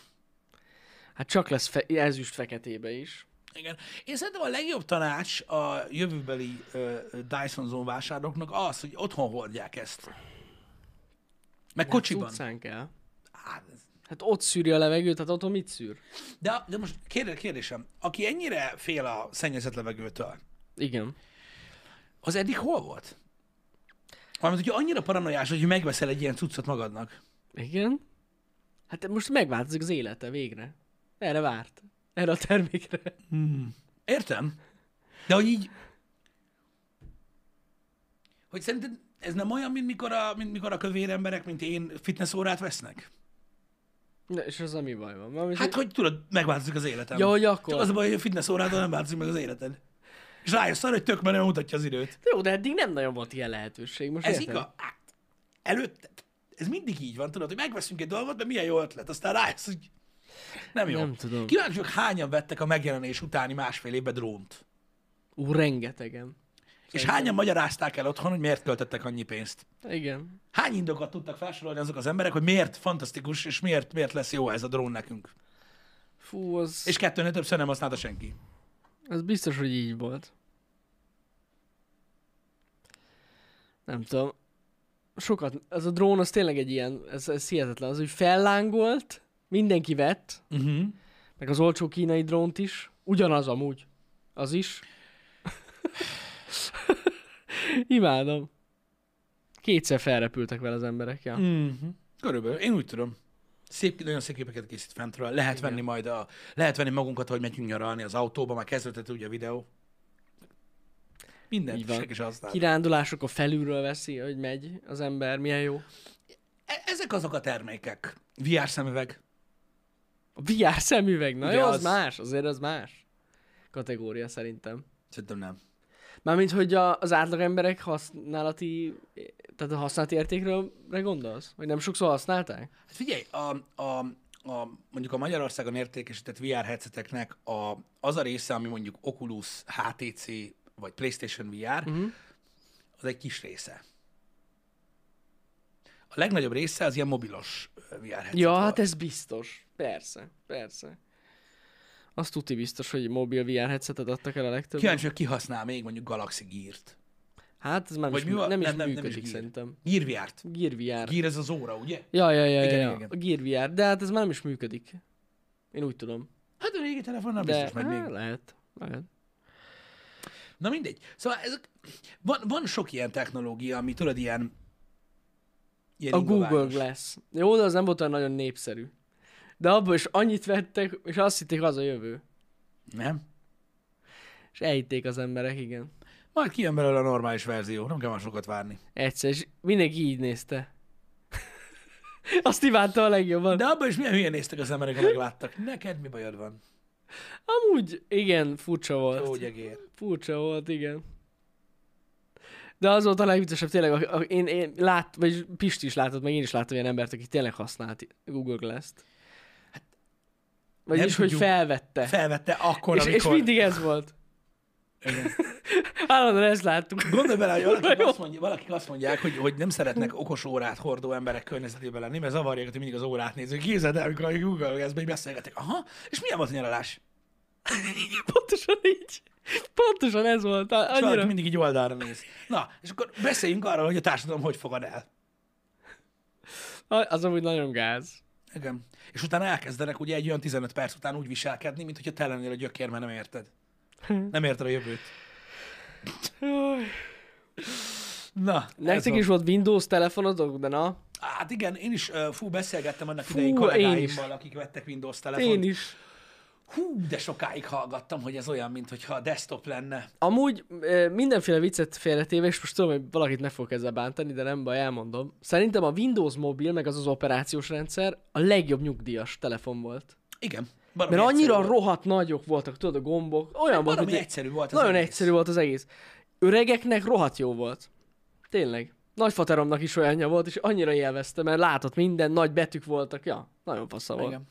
Speaker 2: Hát csak lesz fe- ezüst feketébe is.
Speaker 1: Igen. Én szerintem a legjobb tanács a jövőbeli ö, Dyson Zone vásárlóknak az, hogy otthon hordják ezt. Meg kocsiban.
Speaker 2: Utcán kell.
Speaker 1: Hát, ez-
Speaker 2: Hát ott szűri a levegőt, hát otthon mit szűr?
Speaker 1: De, de most kérde, kérdésem, aki ennyire fél a szennyezett levegőtől,
Speaker 2: Igen.
Speaker 1: az eddig hol volt? Valamint ugye annyira paranoiás, hogy megveszel egy ilyen cuccot magadnak.
Speaker 2: Igen? Hát most megváltozik az élete végre. Erre várt. Erre a termékre.
Speaker 1: Értem. De hogy így... Hogy szerinted ez nem olyan, mint mikor a, mint mikor a kövér emberek, mint én, fitness órát vesznek?
Speaker 2: Na, és az ami baj van? Valami
Speaker 1: Hát, hogy tudod, megváltozik az életem.
Speaker 2: Ja, hogy akkor.
Speaker 1: Csak az a baj, hogy a fitness órádon nem változik meg az életed. És rájössz arra, hogy tök menő mutatja az időt.
Speaker 2: Jó, de eddig nem nagyon volt ilyen lehetőség. Most
Speaker 1: Ez
Speaker 2: érted?
Speaker 1: igaz. Hát, Előtt, ez mindig így van, tudod, hogy megveszünk egy dolgot, mert milyen jó ötlet, aztán rájössz, hogy nem jó.
Speaker 2: Nem tudom.
Speaker 1: Kíváncsi vagyok, hányan vettek a megjelenés utáni másfél évben drónt?
Speaker 2: Ú, rengetegen.
Speaker 1: És hányan magyarázták el otthon, hogy miért költöttek annyi pénzt?
Speaker 2: Igen.
Speaker 1: Hány indokat tudtak felsorolni azok az emberek, hogy miért fantasztikus, és miért, miért lesz jó ez a drón nekünk?
Speaker 2: Fú, az,
Speaker 1: És kettőnél többször nem használta senki.
Speaker 2: az biztos, hogy így volt. Nem tudom. Sokat, az a drón az tényleg egy ilyen, ez, ez hihetetlen, az, hogy fellángolt, mindenki vett,
Speaker 1: Uh-huh.
Speaker 2: meg az olcsó kínai drónt is, ugyanaz amúgy, az is. Imádom. Kétszer felrepültek vele az emberek, ja.
Speaker 1: Uh-huh. Körülbelül, én úgy tudom. Szép, nagyon szép képeket készít fentről. Lehet Igen. venni majd a, lehet venni magunkat, hogy megyünk nyaralni az autóba, már kezdődött ugye a videó. Minden,
Speaker 2: Így van.
Speaker 1: senki sem használ.
Speaker 2: Kirándulások a felülről veszi, hogy megy az ember, milyen jó.
Speaker 1: E- Ezek azok a termékek. VR szemüveg.
Speaker 2: A VR szemüveg, na
Speaker 1: Ugye
Speaker 2: jó, az,
Speaker 1: az-
Speaker 2: az más, azért az más kategória szerintem.
Speaker 1: Szerintem nem.
Speaker 2: Mármint, hogy a, az átlag emberek használati, tehát a használati értékről re gondolsz? Hogy nem sokszor használták?
Speaker 1: Hát figyelj, a, a, a, mondjuk a Magyarországon értékesített VR headseteknek a, az a része, ami mondjuk Oculus, HTC vagy PlayStation VR,
Speaker 2: Mhm.
Speaker 1: uh-huh. az egy kis része. A legnagyobb része az ilyen mobilos ö, VR headset.
Speaker 2: ja,
Speaker 1: volt.
Speaker 2: hát ez biztos. Persze, persze. Azt tuti biztos, hogy mobil VR headsetet adtak el a legtöbb.
Speaker 1: Kíváncsi, hogy ki használ még mondjuk Galaxy Gear-t.
Speaker 2: Hát ez már
Speaker 1: Vagy
Speaker 2: is,
Speaker 1: mi van? Nem,
Speaker 2: nem, is
Speaker 1: nem, nem is
Speaker 2: működik
Speaker 1: Gear.
Speaker 2: szerintem.
Speaker 1: Gear VR-t.
Speaker 2: Gear VR.
Speaker 1: Gear ez az óra, ugye?
Speaker 2: Ja, ja, ja,
Speaker 1: Igen,
Speaker 2: ja, ja.
Speaker 1: igen.
Speaker 2: A Gear VR, de hát ez már nem is működik. Én úgy tudom.
Speaker 1: Hát a régi telefonnal
Speaker 2: De
Speaker 1: biztos megy még.
Speaker 2: hát, lehet, lehet.
Speaker 1: Na mindegy. Szóval ezek, van, van sok ilyen technológia, ami tudod, ilyen, ilyen
Speaker 2: A Google
Speaker 1: ingoványos.
Speaker 2: Glass. Jó, de az nem volt olyan nagyon népszerű. De abból is annyit vettek, és azt hitték az a jövő.
Speaker 1: Nem?
Speaker 2: És elhitték az emberek, igen.
Speaker 1: Majd kijön belőle a normális verzió, nem kell már sokat várni.
Speaker 2: Egyszer, és mindenki így nézte. azt imádta a legjobban. De...
Speaker 1: De abban is milyen hülyén néztek az emberek, ha megláttak. Neked mi bajod van?
Speaker 2: Amúgy, igen, furcsa volt.
Speaker 1: Jó, gyegér.
Speaker 2: Furcsa volt, igen. De az volt a legviccesebb, tényleg, a, a, én, én lát, vagy Pisti is látott, meg én is láttam ilyen embert, aki tényleg használt Google Glass-t. Vagyis, hogy
Speaker 1: tudjuk.
Speaker 2: felvette.
Speaker 1: Felvette akkor,
Speaker 2: és, és
Speaker 1: amikor...
Speaker 2: mindig ez volt.
Speaker 1: Igen.
Speaker 2: Állandóan ezt láttuk.
Speaker 1: Gondolj bele, hogy valakik azt, mondják, valakik azt mondják, hogy, hogy nem szeretnek okos órát hordó emberek környezetében lenni, mert zavarja őket, hogy mindig az órát nézünk. Képzeld el, amikor a Google Glass-ben így beszélgetek. Aha, és milyen volt a nyaralás?
Speaker 2: Pontosan így. Pontosan ez volt. á-
Speaker 1: És valaki
Speaker 2: Annyira.
Speaker 1: mindig így oldalra néz. Na, és akkor beszéljünk arról, hogy a társadalom hogy fogad el.
Speaker 2: a- Az amúgy nagyon gáz.
Speaker 1: Igen. És utána elkezdenek ugye egy olyan 15 perc után úgy viselkedni, mint hogyha te lennél a gyökér, mert nem érted.
Speaker 2: Hm.
Speaker 1: Nem érted a jövőt. Na,
Speaker 2: Nektek
Speaker 1: ez
Speaker 2: is volt Windows telefonotok, de na.
Speaker 1: Van. Hát igen, én is, ö, fú, beszélgettem annak
Speaker 2: Fú,
Speaker 1: idején
Speaker 2: én is.
Speaker 1: kollégáimmal, akik vettek Windows telefont.
Speaker 2: Én is.
Speaker 1: Hú, de sokáig hallgattam, hogy ez olyan, mintha a desktop lenne.
Speaker 2: Amúgy ö, mindenféle viccet félretéve, és most tudom, hogy valakit meg fog ezzel bántani, de nem baj, elmondom. Szerintem a Windows mobil, meg az az operációs rendszer a legjobb nyugdíjas telefon volt.
Speaker 1: Igen. Baromi
Speaker 2: Mert
Speaker 1: egyszerű
Speaker 2: annyira
Speaker 1: volt.
Speaker 2: rohadt nagyok voltak, tudod, a gombok. Olyan volt,
Speaker 1: Baromi
Speaker 2: hogy
Speaker 1: egyszerű volt az
Speaker 2: Nagyon
Speaker 1: egész.
Speaker 2: egyszerű volt az egész. Öregeknek rohadt jó volt. Tényleg. Nagyfateromnak is olyanja volt, és annyira élvezte, mert látott minden, nagy betűk voltak. Ja, nagyon fasza volt.
Speaker 1: Igen.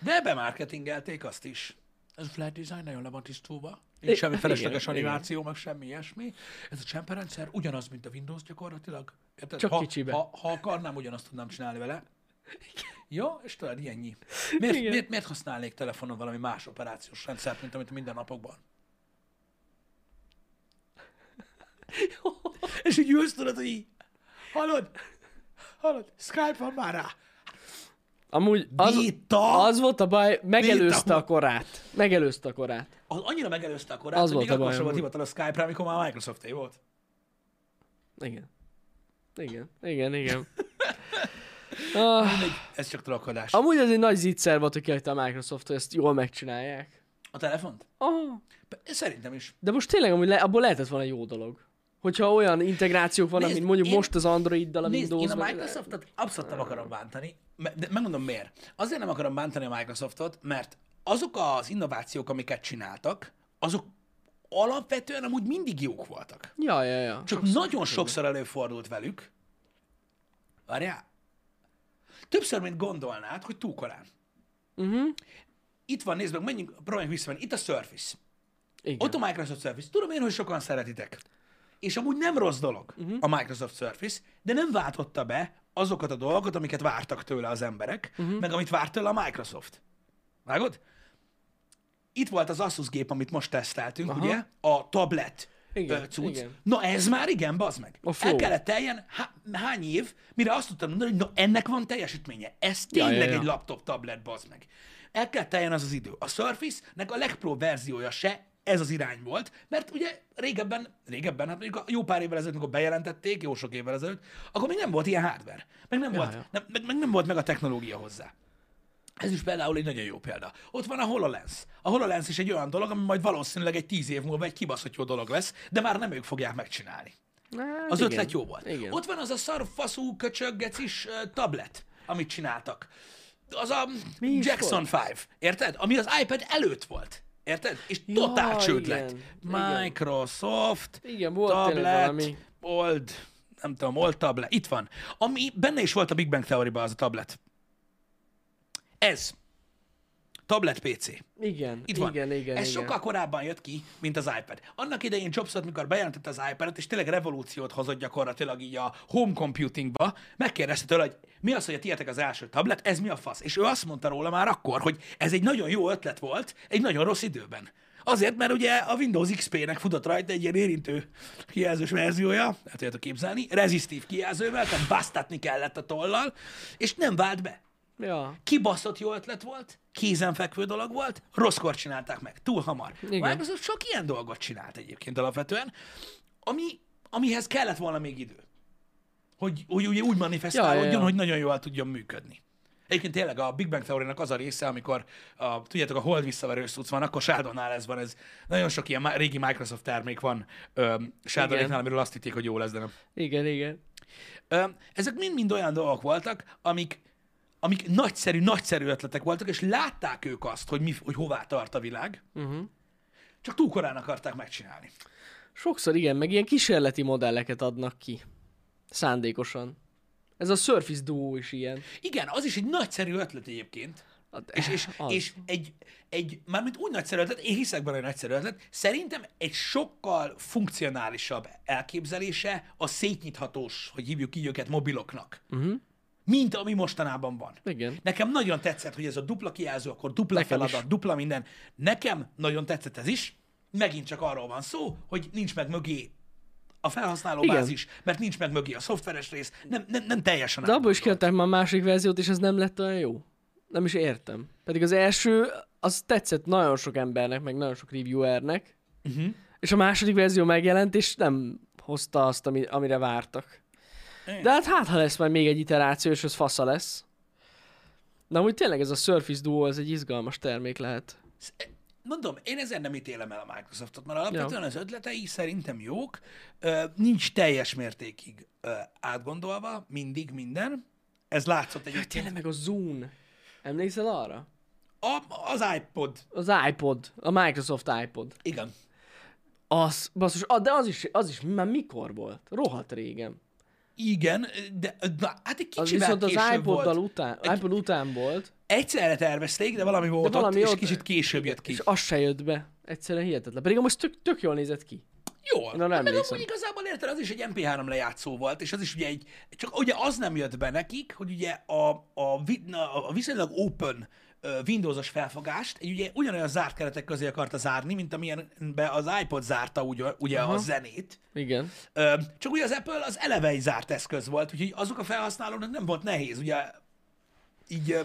Speaker 1: De bemarketingelték azt is. Ez a flat design nagyon le van tisztulva. Nincs
Speaker 2: I-
Speaker 1: semmi felesleges
Speaker 2: hát igen,
Speaker 1: animáció, meg semmi ilyesmi. Ez a csemperendszer ugyanaz, mint a Windows gyakorlatilag. Érted?
Speaker 2: Csak
Speaker 1: ha,
Speaker 2: kicsibe.
Speaker 1: Ha, ha akarnám, ugyanazt tudnám csinálni vele. Jó, és tudod, ilyennyi. Miért,
Speaker 2: Igen.
Speaker 1: miért, miért használnék telefonon valami más operációs rendszert, mint amit a mindennapokban? És így ülsz, tudod, hogy így, hallod, hallod, Skype van már rá.
Speaker 2: Amúgy az,
Speaker 1: Béta!
Speaker 2: az volt a baj, megelőzte
Speaker 1: Béta.
Speaker 2: a korát. Megelőzte a korát.
Speaker 1: Az annyira megelőzte a korát,
Speaker 2: Az
Speaker 1: hogy
Speaker 2: volt
Speaker 1: még
Speaker 2: a
Speaker 1: akkor
Speaker 2: bajom,
Speaker 1: sem volt
Speaker 2: hogy-
Speaker 1: hivatal a Skype-ra, amikor már Microsoft volt.
Speaker 2: Igen. Igen, igen, igen. Ah,
Speaker 1: Mindegy, ez csak trollkodás.
Speaker 2: amúgy az egy nagy zicser volt, hogy kihagyta a Microsoft, hogy ezt jól megcsinálják. Ah.
Speaker 1: A telefont?
Speaker 2: Aha.
Speaker 1: P- Szerintem is.
Speaker 2: De most tényleg amúgy le, abból lehetett volna jó dolog. Hogyha olyan integrációk vannak,
Speaker 1: Nézd,
Speaker 2: mint mondjuk
Speaker 1: én-
Speaker 2: most az Androiddal, a
Speaker 1: Nézd, én
Speaker 2: Windows.
Speaker 1: a Microsoftot abszolút nem akarom bántani, me- de megmondom miért. Azért nem akarom bántani a Microsoftot, mert azok az innovációk, amiket csináltak, azok alapvetően amúgy mindig jók voltak.
Speaker 2: Ja, ja, ja.
Speaker 1: Csak nagyon sokszor előfordult velük. Várjál. Többször, mint gondolnád, hogy túl korán.
Speaker 2: Uh-huh.
Speaker 1: Itt van, nézd meg, menjünk, próbáljunk visszamenni. Itt a Surface.
Speaker 2: Igen.
Speaker 1: Ott a Microsoft Surface. Tudom én, hogy sokan szeretitek. És amúgy nem rossz dolog
Speaker 2: Mhm.
Speaker 1: uh-huh. a Microsoft Surface, de nem váltotta be azokat a dolgokat, amiket vártak tőle az emberek,
Speaker 2: Mhm.
Speaker 1: uh-huh. meg amit várt tőle a Microsoft. Vágod? Itt volt az Asus gép, amit most teszteltünk, Aha. ugye? A tablet
Speaker 2: Igen,
Speaker 1: ö, cucc.
Speaker 2: igen.
Speaker 1: Na ez már igen, bazd meg.
Speaker 2: A flow.
Speaker 1: El kellett teljen há- hány év, mire azt tudtam mondani, hogy na ennek van teljesítménye. Ez
Speaker 2: Ja,
Speaker 1: tényleg
Speaker 2: ja, ja.
Speaker 1: egy laptop, tablet, bazd meg. El kell teljen az az idő. A Surface-nek a legpró verziója se ez az irány volt, mert ugye régebben, régebben, hát mondjuk a jó pár évvel ezelőtt, amikor bejelentették, jó sok évvel ezelőtt, akkor még nem volt ilyen hardware. Meg nem, volt,
Speaker 2: ja.
Speaker 1: nem, meg, meg nem volt meg a technológia hozzá. Ez is például egy nagyon jó példa. Ott van a HoloLens. A HoloLens is egy olyan dolog, ami majd valószínűleg egy tíz év múlva egy kibaszott jó dolog lesz, de már nem ők fogják megcsinálni.
Speaker 2: Hát
Speaker 1: Az
Speaker 2: igen.
Speaker 1: igen. ötlet jó volt.
Speaker 2: Igen.
Speaker 1: Igen. Ott van az a szarfaszú, köcsöggecis ö, tablet, amit csináltak. Az a
Speaker 2: is
Speaker 1: Jackson 5, érted? Ami az iPad előtt volt. Érted? És totál
Speaker 2: Ja,
Speaker 1: csőd
Speaker 2: igen,
Speaker 1: lett.
Speaker 2: igen.
Speaker 1: Microsoft,
Speaker 2: Igen, volt tényleg valami.
Speaker 1: tablet, old, nem tudom, old tablet. Itt van. Ami benne is volt a Big Bang Theory-ban az a tablet. Ez. Tablet PC.
Speaker 2: Igen,
Speaker 1: Itt van.
Speaker 2: igen, igen,
Speaker 1: Ez
Speaker 2: igen.
Speaker 1: sokkal korábban jött ki, mint az iPad. Annak idején Jobsot, mikor bejelentette az iPad-et, és tényleg revolúciót hozott gyakorlatilag így a home computingba, megkérdezte tőle, hogy mi az, hogy a tiétek az első tablet, ez mi a fasz? És ő azt mondta róla már akkor, hogy ez egy nagyon jó ötlet volt, egy nagyon rossz időben. Azért, mert ugye a Windows XP-nek futott rajta egy ilyen érintő kijelzős verziója, el tudjátok képzelni, rezisztív kijelzővel, tehát basztatni kellett a tollal, és nem vált be
Speaker 2: Ja.
Speaker 1: kibaszott jó ötlet volt, kézenfekvő dolog volt, rosszkor csinálták meg, túl hamar.
Speaker 2: Igen.
Speaker 1: Igen. Microsoft sok ilyen dolgot csinált egyébként alapvetően, ami, amihez kellett volna még idő. Hogy, hogy ugye úgy manifestálódjon,
Speaker 2: Ja, ja, ja.
Speaker 1: hogy nagyon jól tudjon működni. Egyébként tényleg a Big Bang theory az a része, amikor a, tudjátok, a hold visszaverő szuc van, akkor Sheldonnál ez van, ez nagyon sok ilyen má- régi Microsoft termék van öm,
Speaker 2: Igen.
Speaker 1: Sheldonnéknál, amiről azt hitték, hogy jó lesz, de nem.
Speaker 2: Igen, igen.
Speaker 1: Ö, ezek mind-mind olyan dolgok voltak, amik, amik nagyszerű, nagyszerű ötletek voltak, és látták ők azt, hogy, mi, hogy hová tart a világ,
Speaker 2: Uh-huh.
Speaker 1: csak túl korán akarták megcsinálni.
Speaker 2: Sokszor igen, meg ilyen kísérleti modelleket adnak ki. Szándékosan. Ez a Surface Duo is ilyen.
Speaker 1: Igen, az is egy nagyszerű ötlet egyébként, és, és,
Speaker 2: Az.
Speaker 1: és egy, egy, mármint úgy nagyszerű ötlet, én hiszek benne, hogy nagyszerű ötlet, szerintem egy sokkal funkcionálisabb elképzelése a szétnyithatós, hogy hívjuk így őket mobiloknak,
Speaker 2: Uh-huh.
Speaker 1: mint ami mostanában van.
Speaker 2: Igen.
Speaker 1: Nekem nagyon tetszett, hogy ez a dupla kijelző, akkor dupla
Speaker 2: Nekem
Speaker 1: feladat,
Speaker 2: is.
Speaker 1: dupla minden. Nekem nagyon tetszett ez is. Megint csak arról van szó, hogy nincs meg mögé a felhasználó
Speaker 2: Igen.
Speaker 1: bázis, mert nincs meg mögé a szoftveres rész, nem, nem, nem teljesen
Speaker 2: De abból is
Speaker 1: átgondolt.
Speaker 2: kiadták már másik verziót, és ez nem lett olyan jó. Nem is értem. Pedig az első, az tetszett nagyon sok embernek, meg nagyon sok reviewernek.
Speaker 1: Mhm.
Speaker 2: És a második verzió megjelent, és nem hozta azt, ami, amire vártak.
Speaker 1: Igen.
Speaker 2: De hát hát, ha lesz majd még egy iteráció, és az fasza lesz. Na, úgy tényleg ez a Surface Duo, ez egy izgalmas termék lehet.
Speaker 1: Mondom, én ezen nem ítélem el a Microsoftot, mert alapvetően az ötletei szerintem jók, ö, nincs teljes mértékig ö, átgondolva, mindig minden. Ez látszott egyébként.
Speaker 2: Tényleg meg a Zoom. Emlékszel arra?
Speaker 1: A, az iPod,
Speaker 2: Az iPod, a Microsoft iPod.
Speaker 1: igen.
Speaker 2: Az, basszus, ah, de az is, az is már mikor volt? Rohadt régen.
Speaker 1: Igen, de, de hát egy
Speaker 2: Az
Speaker 1: kicsivel
Speaker 2: viszont az
Speaker 1: később
Speaker 2: iPoddal
Speaker 1: volt.
Speaker 2: után, iPod után volt,
Speaker 1: Egyszerre tervezték, de valami volt de
Speaker 2: valami
Speaker 1: valami ott,
Speaker 2: ott-
Speaker 1: és kicsit később jött ki.
Speaker 2: és az se jött be. Egyszerűen hihetetlen. Pedig most tök, tök jól nézett ki.
Speaker 1: Jól.
Speaker 2: Na, nem
Speaker 1: Hát meg
Speaker 2: emlékszem.
Speaker 1: amúgy igazából érted, az is egy MP3 lejátszó volt, és az is ugye egy, csak ugye az nem jött be nekik, hogy ugye a, a, vi- na, a viszonylag open ö, Windows-os felfogást egy ugye ugyanolyan zárt keretek közé akarta zárni, mint amilyenbe az iPod zárta ugye, ugye a zenét.
Speaker 2: Igen.
Speaker 1: Ö, Csak ugye az Apple az eleve egy zárt eszköz volt, úgyhogy azok a felhasználóknak nem volt nehéz, ugye így, ö,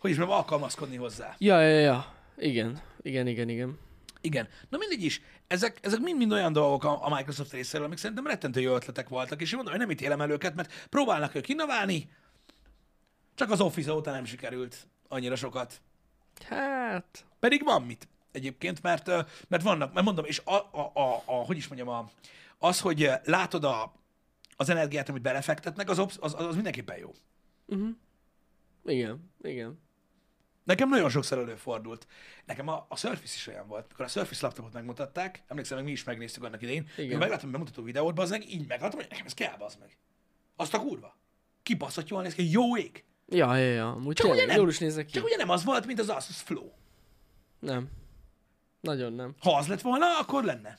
Speaker 1: hogy is mondjam, alkalmazkodni hozzá.
Speaker 2: Ja, ja, ja. Igen. Igen, igen, igen.
Speaker 1: Igen. Na mindegy is, ezek, ezek mind-mind olyan dolgok a, a Microsoft részéről, amik szerintem rettentő jó ötletek voltak, és én mondom, hogy nem ítélem el őket, mert próbálnak ők innoválni, csak az Office óta nem sikerült annyira sokat.
Speaker 2: Hát...
Speaker 1: Pedig van mit egyébként, mert, ö, mert vannak, mert mondom, és a, a, a, a hogy is mondjam, a, az, hogy ö, látod a, az energiát, amit belefektetnek, az, obsz- az, az mindenképpen jó.
Speaker 2: Igen, igen.
Speaker 1: Nekem nagyon sokszor előfordult. Nekem a, a Surface is olyan volt. Mikor a Surface laptopot megmutatták, emlékszem, meg mi is megnéztük annak idején,
Speaker 2: Igen.
Speaker 1: Igen. megláttam a bemutató videót, az meg így megláttam, hogy nekem ez kell, az meg. Azt a kurva. Kibaszott jól néz ki, jó ég.
Speaker 2: Ja, ja, ja. Amúgy
Speaker 1: Csak ugye
Speaker 2: tényleg,
Speaker 1: nem,
Speaker 2: jól is nézek ki.
Speaker 1: Csak ugye nem az volt, mint az Asus Flow.
Speaker 2: Nem. Nagyon nem.
Speaker 1: Ha az lett volna, akkor lenne.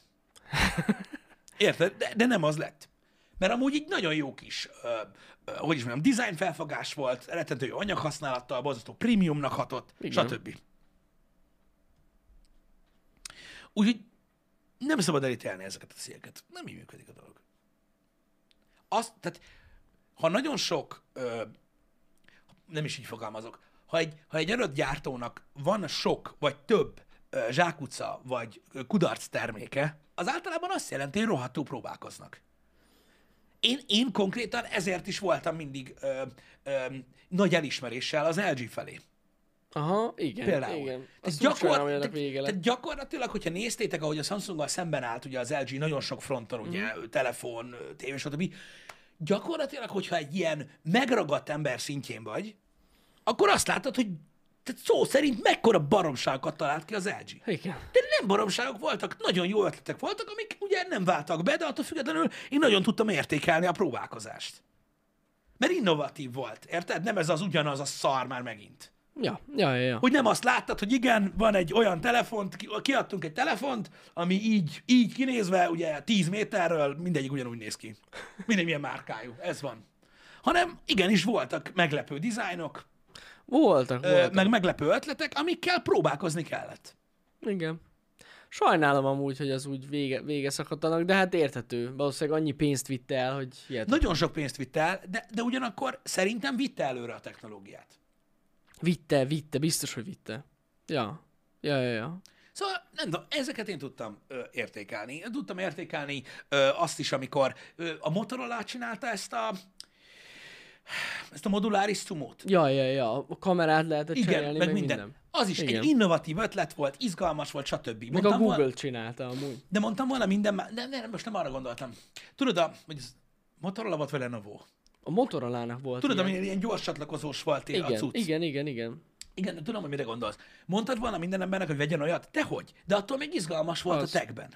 Speaker 1: Érted? De, de nem az lett. Mert amúgy így nagyon jó kis, ö, ö, hogy is mondjam, design felfogás volt, rettentő jó anyaghasználattal, borzasztó prémiumnak hatott,
Speaker 2: Igen.
Speaker 1: Igen. stb. Úgyhogy nem szabad elítélni ezeket a cégeket. Nem így működik a dolog. Azt, tehát, ha nagyon sok ö, nem is így fogalmazok, ha egy, ha egy adott gyártónak van sok vagy több ö, zsákutca vagy ö, kudarc terméke, az általában azt jelenti, hogy rohadtul próbálkoznak. Én, én konkrétan ezért is voltam mindig ö, ö, nagy elismeréssel az LG felé.
Speaker 2: Aha, igen,
Speaker 1: Például.
Speaker 2: igen.
Speaker 1: Tehát,
Speaker 2: Azt gyakor...
Speaker 1: gyakor...
Speaker 2: úgy sajnálom,
Speaker 1: tehát,
Speaker 2: hogy vége lett.
Speaker 1: tehát gyakorlatilag, hogyha néztétek, ahogy a Samsunggal szemben állt ugye az LG nagyon sok fronton, ugye
Speaker 2: Mhm.
Speaker 1: mm. telefon, tévé, stb. Gyakorlatilag, hogyha egy ilyen megragadt ember szintjén vagy, akkor azt látod, hogy tehát szó szerint mekkora baromságokat talált ki az LG.
Speaker 2: Igen.
Speaker 1: De nem baromságok voltak, nagyon jó ötletek voltak, amik ugye nem váltak be, de attól függetlenül én nagyon tudtam értékelni a próbálkozást. Mert innovatív volt, érted? Nem ez az ugyanaz a szar már megint
Speaker 2: Ja, ja, ja, ja.
Speaker 1: hogy nem azt láttad, hogy igen, van egy olyan telefont, ki- kiadtunk egy telefont, ami így, így kinézve, ugye 10 méterről mindegyik ugyanúgy néz ki. Mindegy milyen márkájú, ez van. Hanem igenis voltak meglepő dizájnok,
Speaker 2: Voltak,
Speaker 1: ö,
Speaker 2: voltak.
Speaker 1: meg meglepő ötletek, amikkel próbálkozni kellett.
Speaker 2: Igen. Sajnálom amúgy, hogy az úgy vége, vége szakadtanak, de hát érthető. Valószínűleg annyi pénzt vitte el, hogy hihetetlen.
Speaker 1: Nagyon sok pénzt vitt el, de, de ugyanakkor szerintem vitte előre a technológiát.
Speaker 2: Vitte, vitte, biztos, hogy vitte. Ja. Ja, ja, ja.
Speaker 1: Szóval nem tudom, ezeket én tudtam ö, értékelni. Én Tudtam értékelni ö, azt is, amikor ö, a Motorola csinálta ezt a ezt a moduláris cumót.
Speaker 2: Ja, ja, ja. A kamerát lehetett
Speaker 1: Igen, meg,
Speaker 2: cserélni,
Speaker 1: minden. Az is
Speaker 2: Igen.
Speaker 1: egy innovatív ötlet volt, izgalmas volt, stb.
Speaker 2: Meg a Google
Speaker 1: volna,
Speaker 2: csinálta amúgy.
Speaker 1: de mondtam volna minden má- de, nem, most nem arra gondoltam. Tudod, a, hogy ez Motorola volt vele Lenovo.
Speaker 2: A Motorolának volt
Speaker 1: Tudod,
Speaker 2: ilyen.
Speaker 1: amilyen ilyen gyors csatlakozós volt igen, a
Speaker 2: igen,
Speaker 1: cucc.
Speaker 2: igen, igen, igen.
Speaker 1: Igen, de tudom, hogy mire gondolsz. Mondtad volna minden embernek, hogy vegyen olyat? Tehogy. De attól még izgalmas volt
Speaker 2: Az.
Speaker 1: a tagben.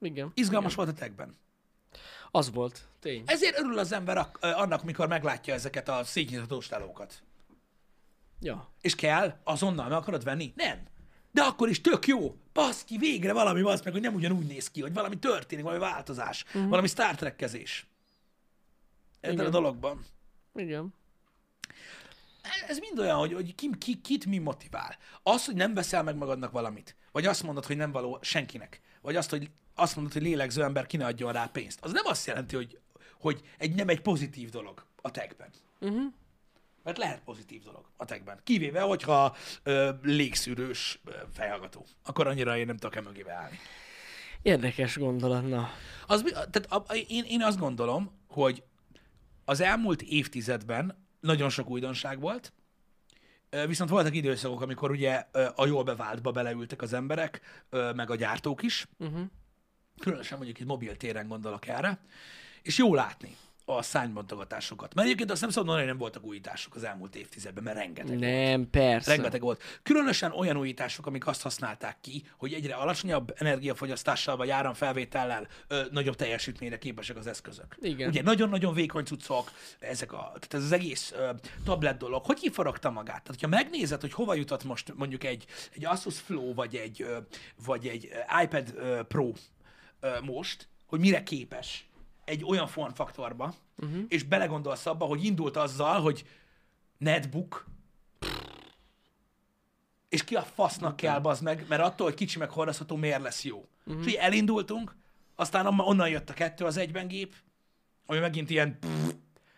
Speaker 2: Igen.
Speaker 1: Izgalmas volt a tagben.
Speaker 2: Az volt, tény.
Speaker 1: Ezért örül az ember ak- ö, annak, mikor meglátja ezeket a szétnyitatós tálókat.
Speaker 2: Ja.
Speaker 1: És kell, azonnal meg akarod venni? Nem. De akkor is tök jó. Baszki, végre valami az meg, hogy nem ugyanúgy néz ki, hogy valami történik, valami változás, uh-huh. valami Star Trek-kezés. Ebben a
Speaker 2: Igen.
Speaker 1: dologban.
Speaker 2: Igen.
Speaker 1: Ez mind olyan, hogy, hogy ki, ki, kit mi motivál. Az, hogy nem veszel meg magadnak valamit, vagy azt mondod, hogy nem való senkinek, vagy azt, hogy azt mondod, hogy lélegző ember ki ne adjon rá pénzt, az nem azt jelenti, hogy, hogy egy nem egy pozitív dolog a tagben. Uh-huh. Mert lehet pozitív dolog a tagben. Kivéve, hogyha ö, légszűrős ö, fejhallgató. Akkor annyira én nem tudok e mögé beállni.
Speaker 2: Érdekes gondolat, na.
Speaker 1: Az, mi- tehát a, a- én, én azt gondolom, hogy az elmúlt évtizedben nagyon sok újdonság volt, ö, viszont voltak időszakok, amikor ugye ö, a jól beváltba beleültek az emberek, ö, meg a gyártók is. Uh-huh. Különösen mondjuk itt mobiltéren gondolok erre. És jó látni a szánybontogatásokat. Mert egyébként azt nem szabad mondani, hogy nem voltak újítások az elmúlt évtizedben, mert rengeteg.
Speaker 2: Nem, persze.
Speaker 1: Rengeteg volt. Különösen olyan újítások, amik azt használták ki, hogy egyre alacsonyabb energiafogyasztással vagy áramfelvétellel ö, nagyobb teljesítményre képesek az eszközök.
Speaker 2: Igen.
Speaker 1: Ugye nagyon-nagyon vékony cuccok, ezek a, tehát ez az egész ö, tablet dolog, hogy kifaragta magát? Tehát, ha megnézed, hogy hova jutott most mondjuk egy, egy Asus Flow, vagy egy, ö, vagy egy ö, iPad ö, Pro, ö, most, hogy mire képes egy olyan formfaktorba,
Speaker 2: Mhm.
Speaker 1: uh-huh. és belegondolsz abba, hogy indult azzal, hogy netbook, és ki a fasznak kell, bazd meg, mert attól, hogy kicsi meg hordozható, miért lesz jó.
Speaker 2: Mhm.
Speaker 1: Uh-huh. És így elindultunk, aztán amma- onnan jött a kettő az egyben gép, ami megint ilyen, pff,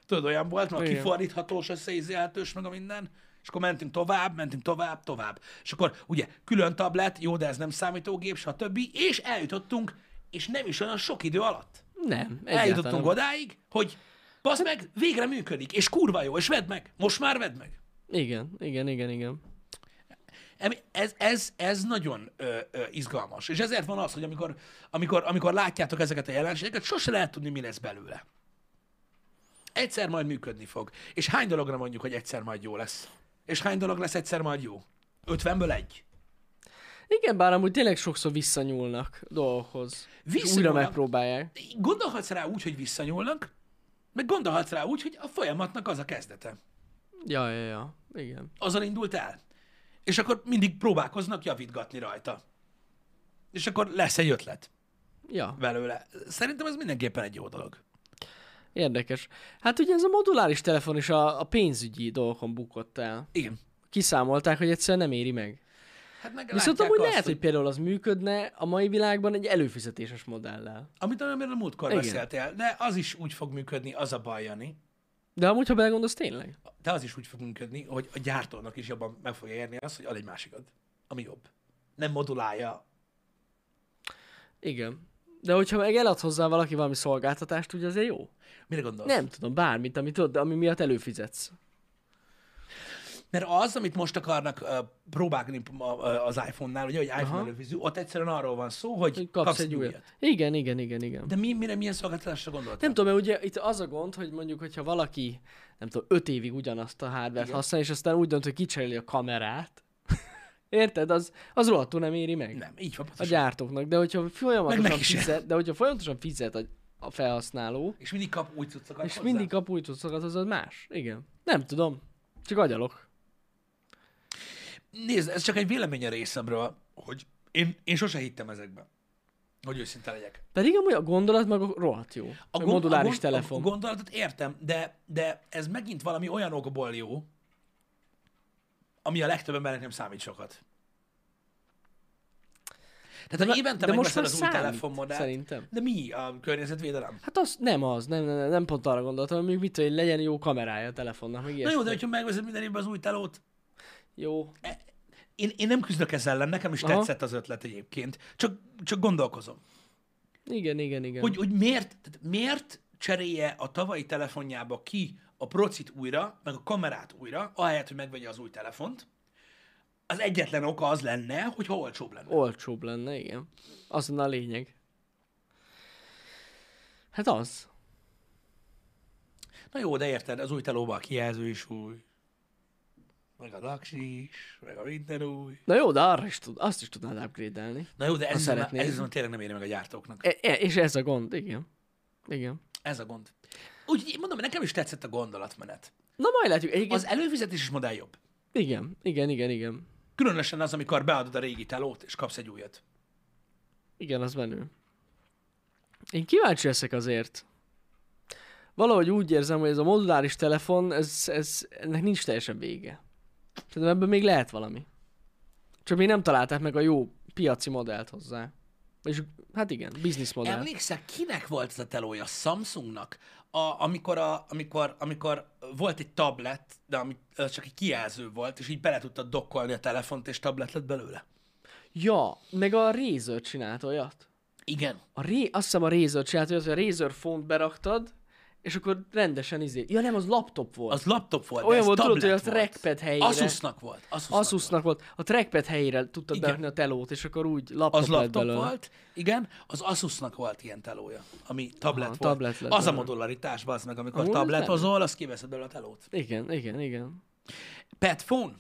Speaker 1: tudod, olyan volt, meg a
Speaker 2: Igen.
Speaker 1: kifordíthatós, összeízélhetős, meg a minden, és akkor mentünk tovább, mentünk tovább, tovább. És akkor ugye külön tablet, jó, de ez nem számítógép, stb. És eljutottunk, és nem is olyan sok idő alatt.
Speaker 2: Nem,
Speaker 1: Eljutottunk
Speaker 2: egyáltalán.
Speaker 1: odáig, hogy bazd meg, végre működik, és kurva jó, és vedd meg, most már vedd meg.
Speaker 2: Igen, igen, igen, igen.
Speaker 1: Em- Ez, ez, ez nagyon ö, ö, izgalmas. És ezért van az, hogy amikor, amikor, amikor látjátok ezeket a jelenségeket, sose lehet tudni, mi lesz belőle. Egyszer majd működni fog. És hány dologra mondjuk, hogy egyszer majd jó lesz? És hány dolog lesz egyszer majd jó? 50-ből egy.
Speaker 2: Igen, bár amúgy tényleg sokszor visszanyúlnak dolgokhoz. És újra
Speaker 1: Visszanyúlnak.
Speaker 2: megpróbálják.
Speaker 1: Gondolhatsz rá úgy, hogy visszanyúlnak, meg gondolhatsz rá úgy, hogy a folyamatnak az a kezdete.
Speaker 2: Ja, ja, ja. Igen.
Speaker 1: Azon indult el. És akkor mindig próbálkoznak javítgatni rajta. És akkor lesz egy ötlet
Speaker 2: Ja,
Speaker 1: belőle. Szerintem ez mindenképpen egy jó dolog.
Speaker 2: érdekes. Hát ugye ez a moduláris telefon is a, a pénzügyi dolgokon bukott el.
Speaker 1: Igen.
Speaker 2: Kiszámolták, hogy egyszerűen nem éri meg.
Speaker 1: Hát meg
Speaker 2: Viszont
Speaker 1: látják
Speaker 2: amúgy
Speaker 1: azt,
Speaker 2: lehet, hogy például az működne a mai világban egy előfizetéses modellel.
Speaker 1: Amit amiről a múltkor
Speaker 2: Igen.
Speaker 1: beszéltél, de az is úgy fog működni, az a baj, Jani.
Speaker 2: De amúgy, ha belegondolsz, tényleg.
Speaker 1: De az is úgy fog működni, hogy a gyártónak is jobban meg fogja érni az, hogy ad egy másikat, ami jobb. Nem modulálja.
Speaker 2: Igen. De hogyha meg elad hozzá valaki valami szolgáltatást, ugye azért jó?
Speaker 1: Mire gondolsz?
Speaker 2: Nem tudom, bármit, amit tudod, ami miatt előfizetsz.
Speaker 1: Mert az, amit most akarnak uh, próbálni ma- ö, az iPhone-nál, ugye, hogy iPhone
Speaker 2: Aha.
Speaker 1: előfizető, ott egyszerűen arról van szó, hogy,
Speaker 2: Hogy kapsz, egy újat. Igen, igen, igen, igen.
Speaker 1: De mi, mire, milyen szolgáltatásra gondoltál?
Speaker 2: Nem tudom, mert ugye itt az a gond, hogy mondjuk, hogyha valaki, nem tudom, öt évig ugyanazt a hardvert használ, és aztán úgy dönt, hogy kicseréli a kamerát, érted? Az, az rohadtul nem éri meg.
Speaker 1: Nem, így van
Speaker 2: a
Speaker 1: pontosan.
Speaker 2: gyártóknak, de hogyha
Speaker 1: Meg
Speaker 2: folyamatosan
Speaker 1: neki se.
Speaker 2: fizet, de hogyha folyamatosan fizet a, a felhasználó,
Speaker 1: És mindig kap új cuccokat
Speaker 2: és
Speaker 1: hozzá.
Speaker 2: mindig kap új cuccokat, az az más. Igen. Nem tudom. Csak agyalok.
Speaker 1: Nézd, ez csak egy vélemény a részemről, hogy én, én sose hittem ezekben. Hogy őszinte legyek.
Speaker 2: Pedig amúgy a gondolat meg rohadt jó. A
Speaker 1: gond-
Speaker 2: moduláris
Speaker 1: gond-
Speaker 2: telefon.
Speaker 1: A gondolatot értem, de, de ez megint valami olyan okból jó, ami a legtöbb embernek nem számít sokat. Tehát, ha évente
Speaker 2: de most
Speaker 1: megveszed
Speaker 2: már
Speaker 1: az új
Speaker 2: számít,
Speaker 1: telefonmodellt,
Speaker 2: szerintem.
Speaker 1: de mi a környezetvédelem?
Speaker 2: Hát az nem az, nem, nem, nem, nem pont arra gondoltam, hogy mondjuk mit tudom, hogy legyen jó kamerája a telefonnak, meg
Speaker 1: Na jó,
Speaker 2: ilyesmi.
Speaker 1: de hogyha megveszed minden évben az új telót,
Speaker 2: Jó.
Speaker 1: én, én nem küzdök ezzel ellen, nekem is
Speaker 2: Aha.
Speaker 1: tetszett az ötlet egyébként. Csak, csak gondolkozom.
Speaker 2: Igen, igen, igen.
Speaker 1: Hogy, hogy miért, tehát miért cserélje a tavalyi telefonjába ki a procit újra, meg a kamerát újra, ahelyett, hogy megvegye az új telefont, az egyetlen oka az lenne, hogy ha olcsóbb lenne.
Speaker 2: Olcsóbb lenne, igen. Az lenne a lényeg. Hát az.
Speaker 1: Na jó, de érted, az új telóban a kijelző is új, meg a laksi is, meg a minden új.
Speaker 2: Na jó, de arra is tud, azt is tudnád upgrade-elni.
Speaker 1: Na jó, de ez, hiszem,
Speaker 2: szeretnéd.
Speaker 1: ez hiszem, tényleg nem éri meg a gyártóknak.
Speaker 2: E- e- és ez a gond, igen. Igen.
Speaker 1: Ez a gond. Úgy mondom, nekem is tetszett a gondolatmenet.
Speaker 2: Na majd látjuk. Egyébként,
Speaker 1: Az előfizetéses modell jobb.
Speaker 2: Igen, igen, igen, igen.
Speaker 1: Különösen az, amikor beadod a régi telót, és kapsz egy újat.
Speaker 2: Igen, az menő. Én kíváncsi leszek azért. Valahogy úgy érzem, hogy ez a moduláris telefon, ez, ez, ennek nincs teljesen vége. Szerintem ebben még lehet valami. Csak még nem találták meg a jó piaci modellt hozzá. És hát igen, business modell.
Speaker 1: Emlékszel, kinek volt ez a telója? Samsungnak? A, amikor, a, amikor, amikor volt egy tablet, de ami, az csak egy kijelző volt, és így bele tudtad dokkolni a telefont, és tablet lett belőle.
Speaker 2: Ja, meg a Razer csinált olyat.
Speaker 1: Igen.
Speaker 2: A ré... Azt hiszem a Razer csinált olyat, hogy a Razer font beraktad, és akkor rendesen izé... Ja nem, az laptop volt.
Speaker 1: Az laptop volt, de
Speaker 2: Olyan
Speaker 1: ez
Speaker 2: volt, tudod,
Speaker 1: tablet
Speaker 2: hogy a
Speaker 1: volt.
Speaker 2: trackpad helyére.
Speaker 1: Asusnak volt. Asusnak, volt.
Speaker 2: Asusnak volt. A trackpad helyére tudtad
Speaker 1: Igen.
Speaker 2: berakni a telót, és akkor úgy laptop
Speaker 1: Az
Speaker 2: lett
Speaker 1: laptop
Speaker 2: belőle.
Speaker 1: volt, igen, az Asusnak volt ilyen telója, ami tablet
Speaker 2: Aha,
Speaker 1: volt.
Speaker 2: tablet lett
Speaker 1: az a
Speaker 2: belőle.
Speaker 1: modularitás, az meg, amikor
Speaker 2: Amúgy az
Speaker 1: tabletozol, az kiveszed belőle a telót.
Speaker 2: Igen, igen, igen.
Speaker 1: Petphone?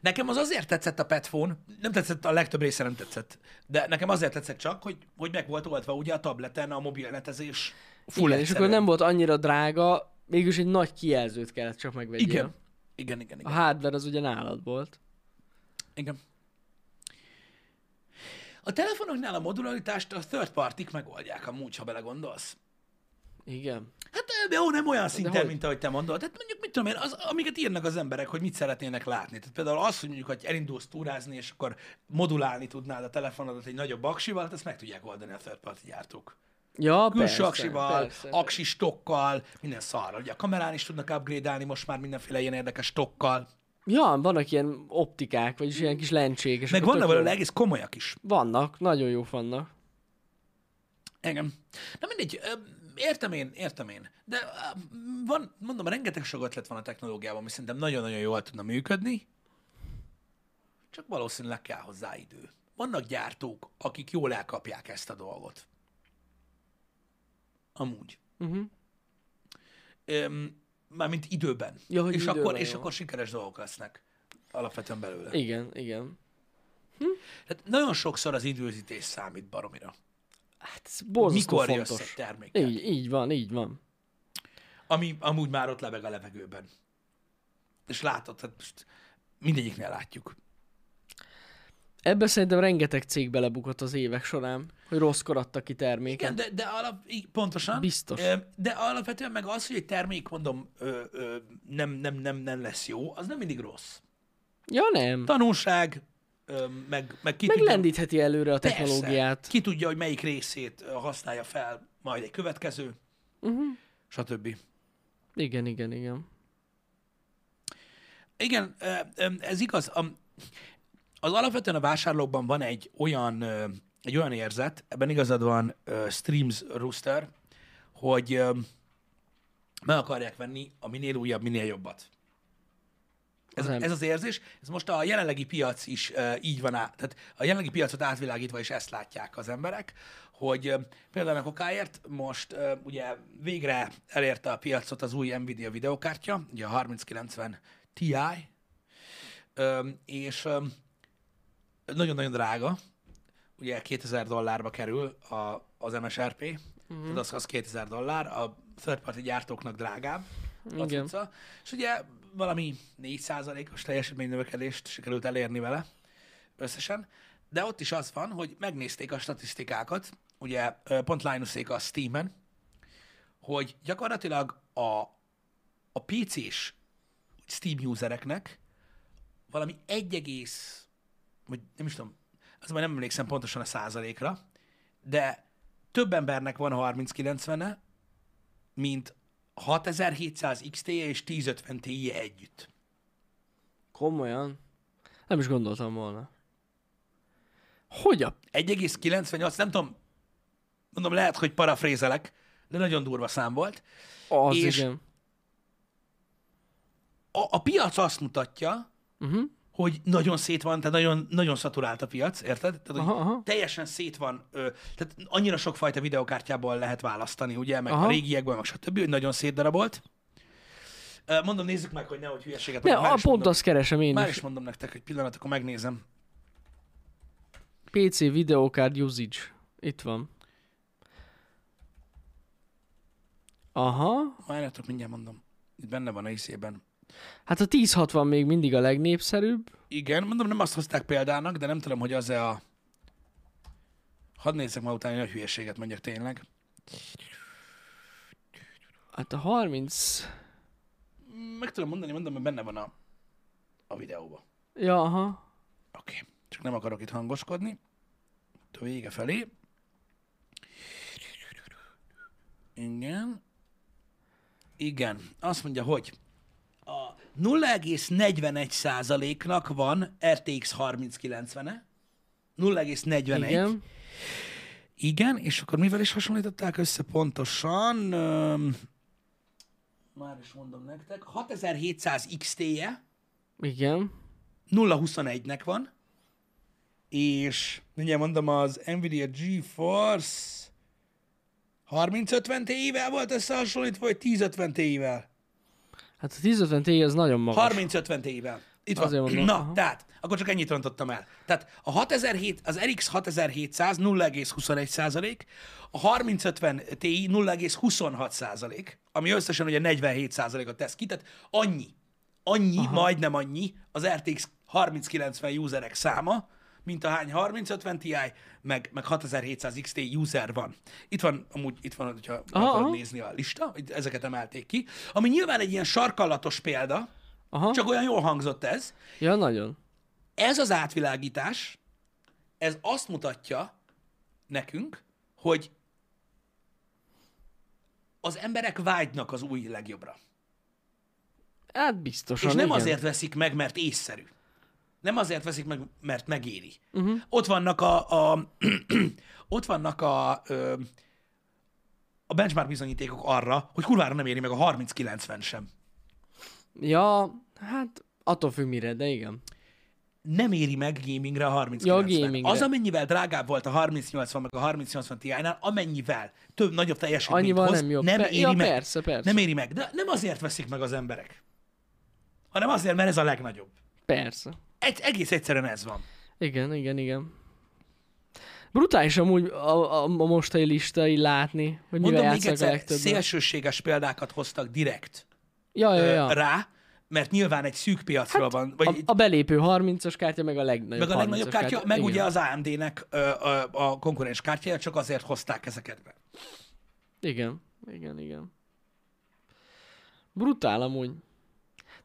Speaker 1: Nekem az azért tetszett a Petphone, nem tetszett, a legtöbb része nem tetszett, de nekem azért tetszett csak, hogy, hogy meg volt oldva ugye a tableten a mobilnetezés full
Speaker 2: igen és
Speaker 1: egyszerűen.
Speaker 2: akkor nem volt annyira drága, mégis egy nagy kijelzőt kellett csak megvegyél.
Speaker 1: Igen. Igen, igen,
Speaker 2: A
Speaker 1: igen.
Speaker 2: hardware az ugye nálad volt.
Speaker 1: igen. A telefonoknál a modularitást a third partik megoldják amúgy, ha belegondolsz.
Speaker 2: Igen.
Speaker 1: Hát jó, nem olyan szinten,
Speaker 2: hogy?
Speaker 1: mint ahogy te mondod. Tehát mondjuk, mit tudom én, az, amiket írnak az emberek, hogy mit szeretnének látni. Tehát például az, hogy mondjuk, hogy elindulsz túrázni, és akkor modulálni tudnád a telefonodat egy nagyobb aksival, hát ezt meg tudják oldani a third party gyártók.
Speaker 2: Ja,
Speaker 1: Külső
Speaker 2: persze,
Speaker 1: aksival,
Speaker 2: persze.
Speaker 1: aksi stockkal, minden szarral. Ugye a kamerán is tudnak upgrade most már mindenféle ilyen érdekes stockkal.
Speaker 2: Ja, vannak ilyen optikák, vagyis ilyen kis lencsék. És
Speaker 1: Meg
Speaker 2: akkor
Speaker 1: vannak
Speaker 2: tök jó.
Speaker 1: belőle egész komolyak is.
Speaker 2: Vannak, nagyon jók vannak.
Speaker 1: Engem. Na mindegy, ö, értem én, értem én. De ö, van, mondom, rengeteg sok ötlet van a technológiában, ami szerintem nagyon-nagyon jól tudna működni, csak valószínűleg kell hozzá idő. Vannak gyártók, akik jól elkapják ezt a dolgot. Amúgy.
Speaker 2: Uh-huh.
Speaker 1: Öm, Mármint időben.
Speaker 2: Ja, hogy
Speaker 1: és,
Speaker 2: időben,
Speaker 1: akkor, és
Speaker 2: jó.
Speaker 1: akkor sikeres dolgok lesznek alapvetően belőle.
Speaker 2: Igen, igen.
Speaker 1: Tehát nagyon sokszor az időzítés számít baromira.
Speaker 2: Hát ez borzasztó
Speaker 1: Mikor jössz
Speaker 2: fontos.
Speaker 1: egy termékkel?
Speaker 2: Így, így van, így van.
Speaker 1: ami amúgy már ott lebeg a levegőben. És látod, hát most mindegyiknél látjuk.
Speaker 2: Ebbe szerintem rengeteg cég belebukott az évek során, hogy rosszkor adtak ki terméket.
Speaker 1: Igen, de, de alap, így, pontosan.
Speaker 2: Biztos.
Speaker 1: Ö, De alapvetően meg az, hogy egy termék, mondom, ö, ö, nem, nem, nem, nem lesz jó, az nem mindig rossz.
Speaker 2: Ja, nem.
Speaker 1: Tanulság, ö, meg, meg ki
Speaker 2: Meg
Speaker 1: tudja,
Speaker 2: lendítheti előre a
Speaker 1: Persze.
Speaker 2: technológiát.
Speaker 1: ki tudja, hogy melyik részét ö, használja fel majd egy következő,
Speaker 2: Uh-huh.
Speaker 1: stb.
Speaker 2: Igen, igen, igen.
Speaker 1: Igen, ö, ö, ez igaz. A- Az alapvetően a vásárlókban van egy olyan, ö, egy olyan érzet, ebben igazad van ö, Streams Rooster, hogy ö, meg akarják venni a minél újabb, minél jobbat. Ez,
Speaker 2: Nem.
Speaker 1: ez az érzés, ez most a jelenlegi piac is ö, így van át, tehát a jelenlegi piacot átvilágítva is ezt látják az emberek, hogy ö, például a kokáért most ö, ugye végre elérte a piacot az új Nvidia videokártya, ugye a 3090 Ti, ö, és ö, nagyon-nagyon drága, ugye 2000 dollárba kerül a, az MSRP, mm-hmm. tehát az, az 2000 dollár, a third party gyártóknak drágább a
Speaker 2: Igen.
Speaker 1: cucca, és ugye valami 4%-os teljesítménynövekedést sikerült elérni vele összesen, de ott is az van, hogy megnézték a statisztikákat, ugye ö, pont Linusék a Steam-en, hogy gyakorlatilag a, a PC-s Steam usereknek valami 1, egész- vagy nem is tudom, az már nem emlékszem pontosan a százalékra, de több embernek van 3090-e, mint 6700 XT E és 1050 Ti E együtt.
Speaker 2: Komolyan? Nem is gondoltam volna. Hogy a...
Speaker 1: 1,98, nem tudom, mondom, lehet, hogy parafrézelek, de nagyon durva szám volt.
Speaker 2: Az
Speaker 1: És-
Speaker 2: igen.
Speaker 1: A, a piac azt mutatja,
Speaker 2: Uh-huh.
Speaker 1: hogy nagyon szét van, tehát nagyon, nagyon szaturált a piac, érted? Tehát, hogy
Speaker 2: Aha, aha.
Speaker 1: teljesen szét van, ö, tehát annyira sokfajta videokártyából lehet választani, ugye, meg Aha.
Speaker 2: Aha.
Speaker 1: a régiekből, meg stb., hogy nagyon szétdarabolt. Ö, Mondom, nézzük meg, hogy nehogy hülyeséget
Speaker 2: Ne,
Speaker 1: mondok. Már
Speaker 2: a,
Speaker 1: is
Speaker 2: pont
Speaker 1: mondom,
Speaker 2: azt keresem én
Speaker 1: Már
Speaker 2: is.
Speaker 1: is mondom nektek, hogy pillanat, akkor megnézem.
Speaker 2: PC videokárd usage. Itt van. Aha.
Speaker 1: Várjatok, mindjárt mondom. Itt benne van a iszében.
Speaker 2: Hát a 1060 még mindig a legnépszerűbb.
Speaker 1: Igen, mondom, nem azt hozták példának, de nem tudom, hogy az-e a... Hadd nézzek ma utána, hogy nagy hülyeséget mondjak tényleg.
Speaker 2: Hát a 30...
Speaker 1: Meg tudom mondani, mondom, hogy benne van a, a videóban.
Speaker 2: Ja, aha.
Speaker 1: Oké, okay. csak nem akarok itt hangoskodni. Itt a vége felé. Igen. Igen, azt mondja, hogy a 0,41%-nak van RTX 3090-e. 0,41. Igen.
Speaker 2: Igen.
Speaker 1: Igen, és akkor mivel is hasonlították össze pontosan? Öm, már is mondom nektek. 6700 XT-je,
Speaker 2: Igen.
Speaker 1: 0.21-nek van, és mindjárt mondom, az Nvidia GeForce 3050 Ti-vel volt összehasonlítva, vagy 1050 Ti-vel?
Speaker 2: Hát a 1050 Ti az nagyon magas.
Speaker 1: 3050 Ti-vel. Itt van.
Speaker 2: Azért mondom,
Speaker 1: Na,
Speaker 2: aha.
Speaker 1: tehát, akkor csak ennyit rontottam el. Tehát a 6007, az RX 6700 0,21 százalék, a 3050 Ti 0,26 százalék, ami összesen ugye 47 százalékot tesz ki, tehát annyi, annyi, Aha. majdnem annyi az RTX 3090 userek száma, mint a hány 3050 Ti, meg, meg 6700 XT user van. Itt van, amúgy itt van, hogyha meg
Speaker 2: Aha,
Speaker 1: akarod
Speaker 2: aha.
Speaker 1: nézni a lista, itt ezeket emelték ki, ami nyilván egy ilyen sarkallatos példa,
Speaker 2: Aha.
Speaker 1: csak olyan jól hangzott ez.
Speaker 2: Ja, nagyon.
Speaker 1: Ez az átvilágítás, ez azt mutatja nekünk, hogy az emberek vágynak az új legjobbra.
Speaker 2: Hát biztosan,
Speaker 1: És nem
Speaker 2: igen.
Speaker 1: azért veszik meg, mert észszerű. Nem azért veszik meg, mert megéri. Uh-huh. Ott vannak a, a ott vannak a ö, a benchmark bizonyítékok arra, hogy kurvára nem éri meg a 30-90 sem.
Speaker 2: Ja, hát attól függ mire, de igen.
Speaker 1: Nem éri meg gamingre a 30
Speaker 2: Ja, a
Speaker 1: 90.
Speaker 2: gamingre.
Speaker 1: Az, amennyivel drágább volt a 3080 meg a 3080 Ti-nál, amennyivel több, nagyobb teljesítményt
Speaker 2: Annyival
Speaker 1: hoz,
Speaker 2: nem jobb.
Speaker 1: nem
Speaker 2: Pe-
Speaker 1: éri
Speaker 2: ja,
Speaker 1: meg.
Speaker 2: persze, persze.
Speaker 1: Nem éri meg. De nem azért veszik meg az emberek, hanem azért, mert ez a legnagyobb.
Speaker 2: Persze.
Speaker 1: Egy, egész egyszerűen ez van.
Speaker 2: Igen, igen, igen. Brutális amúgy a, a, a mostani listai látni, hogy
Speaker 1: Mondom
Speaker 2: mivel
Speaker 1: még
Speaker 2: játszanak a
Speaker 1: egyszer,
Speaker 2: legtöbben.
Speaker 1: szélsőséges példákat hoztak direkt
Speaker 2: Ja, ja,
Speaker 1: ö,
Speaker 2: ja.
Speaker 1: rá, mert nyilván egy szűk piacra hát, van, vagy
Speaker 2: A, a belépő 30-as kártya, meg a legnagyobb
Speaker 1: meg a
Speaker 2: 30-as
Speaker 1: legnagyobb kártya, meg
Speaker 2: igen.
Speaker 1: ugye az AMD-nek ö, ö, a konkurens kártyája, csak azért hozták ezeket be.
Speaker 2: Igen, igen, igen. Brutál amúgy.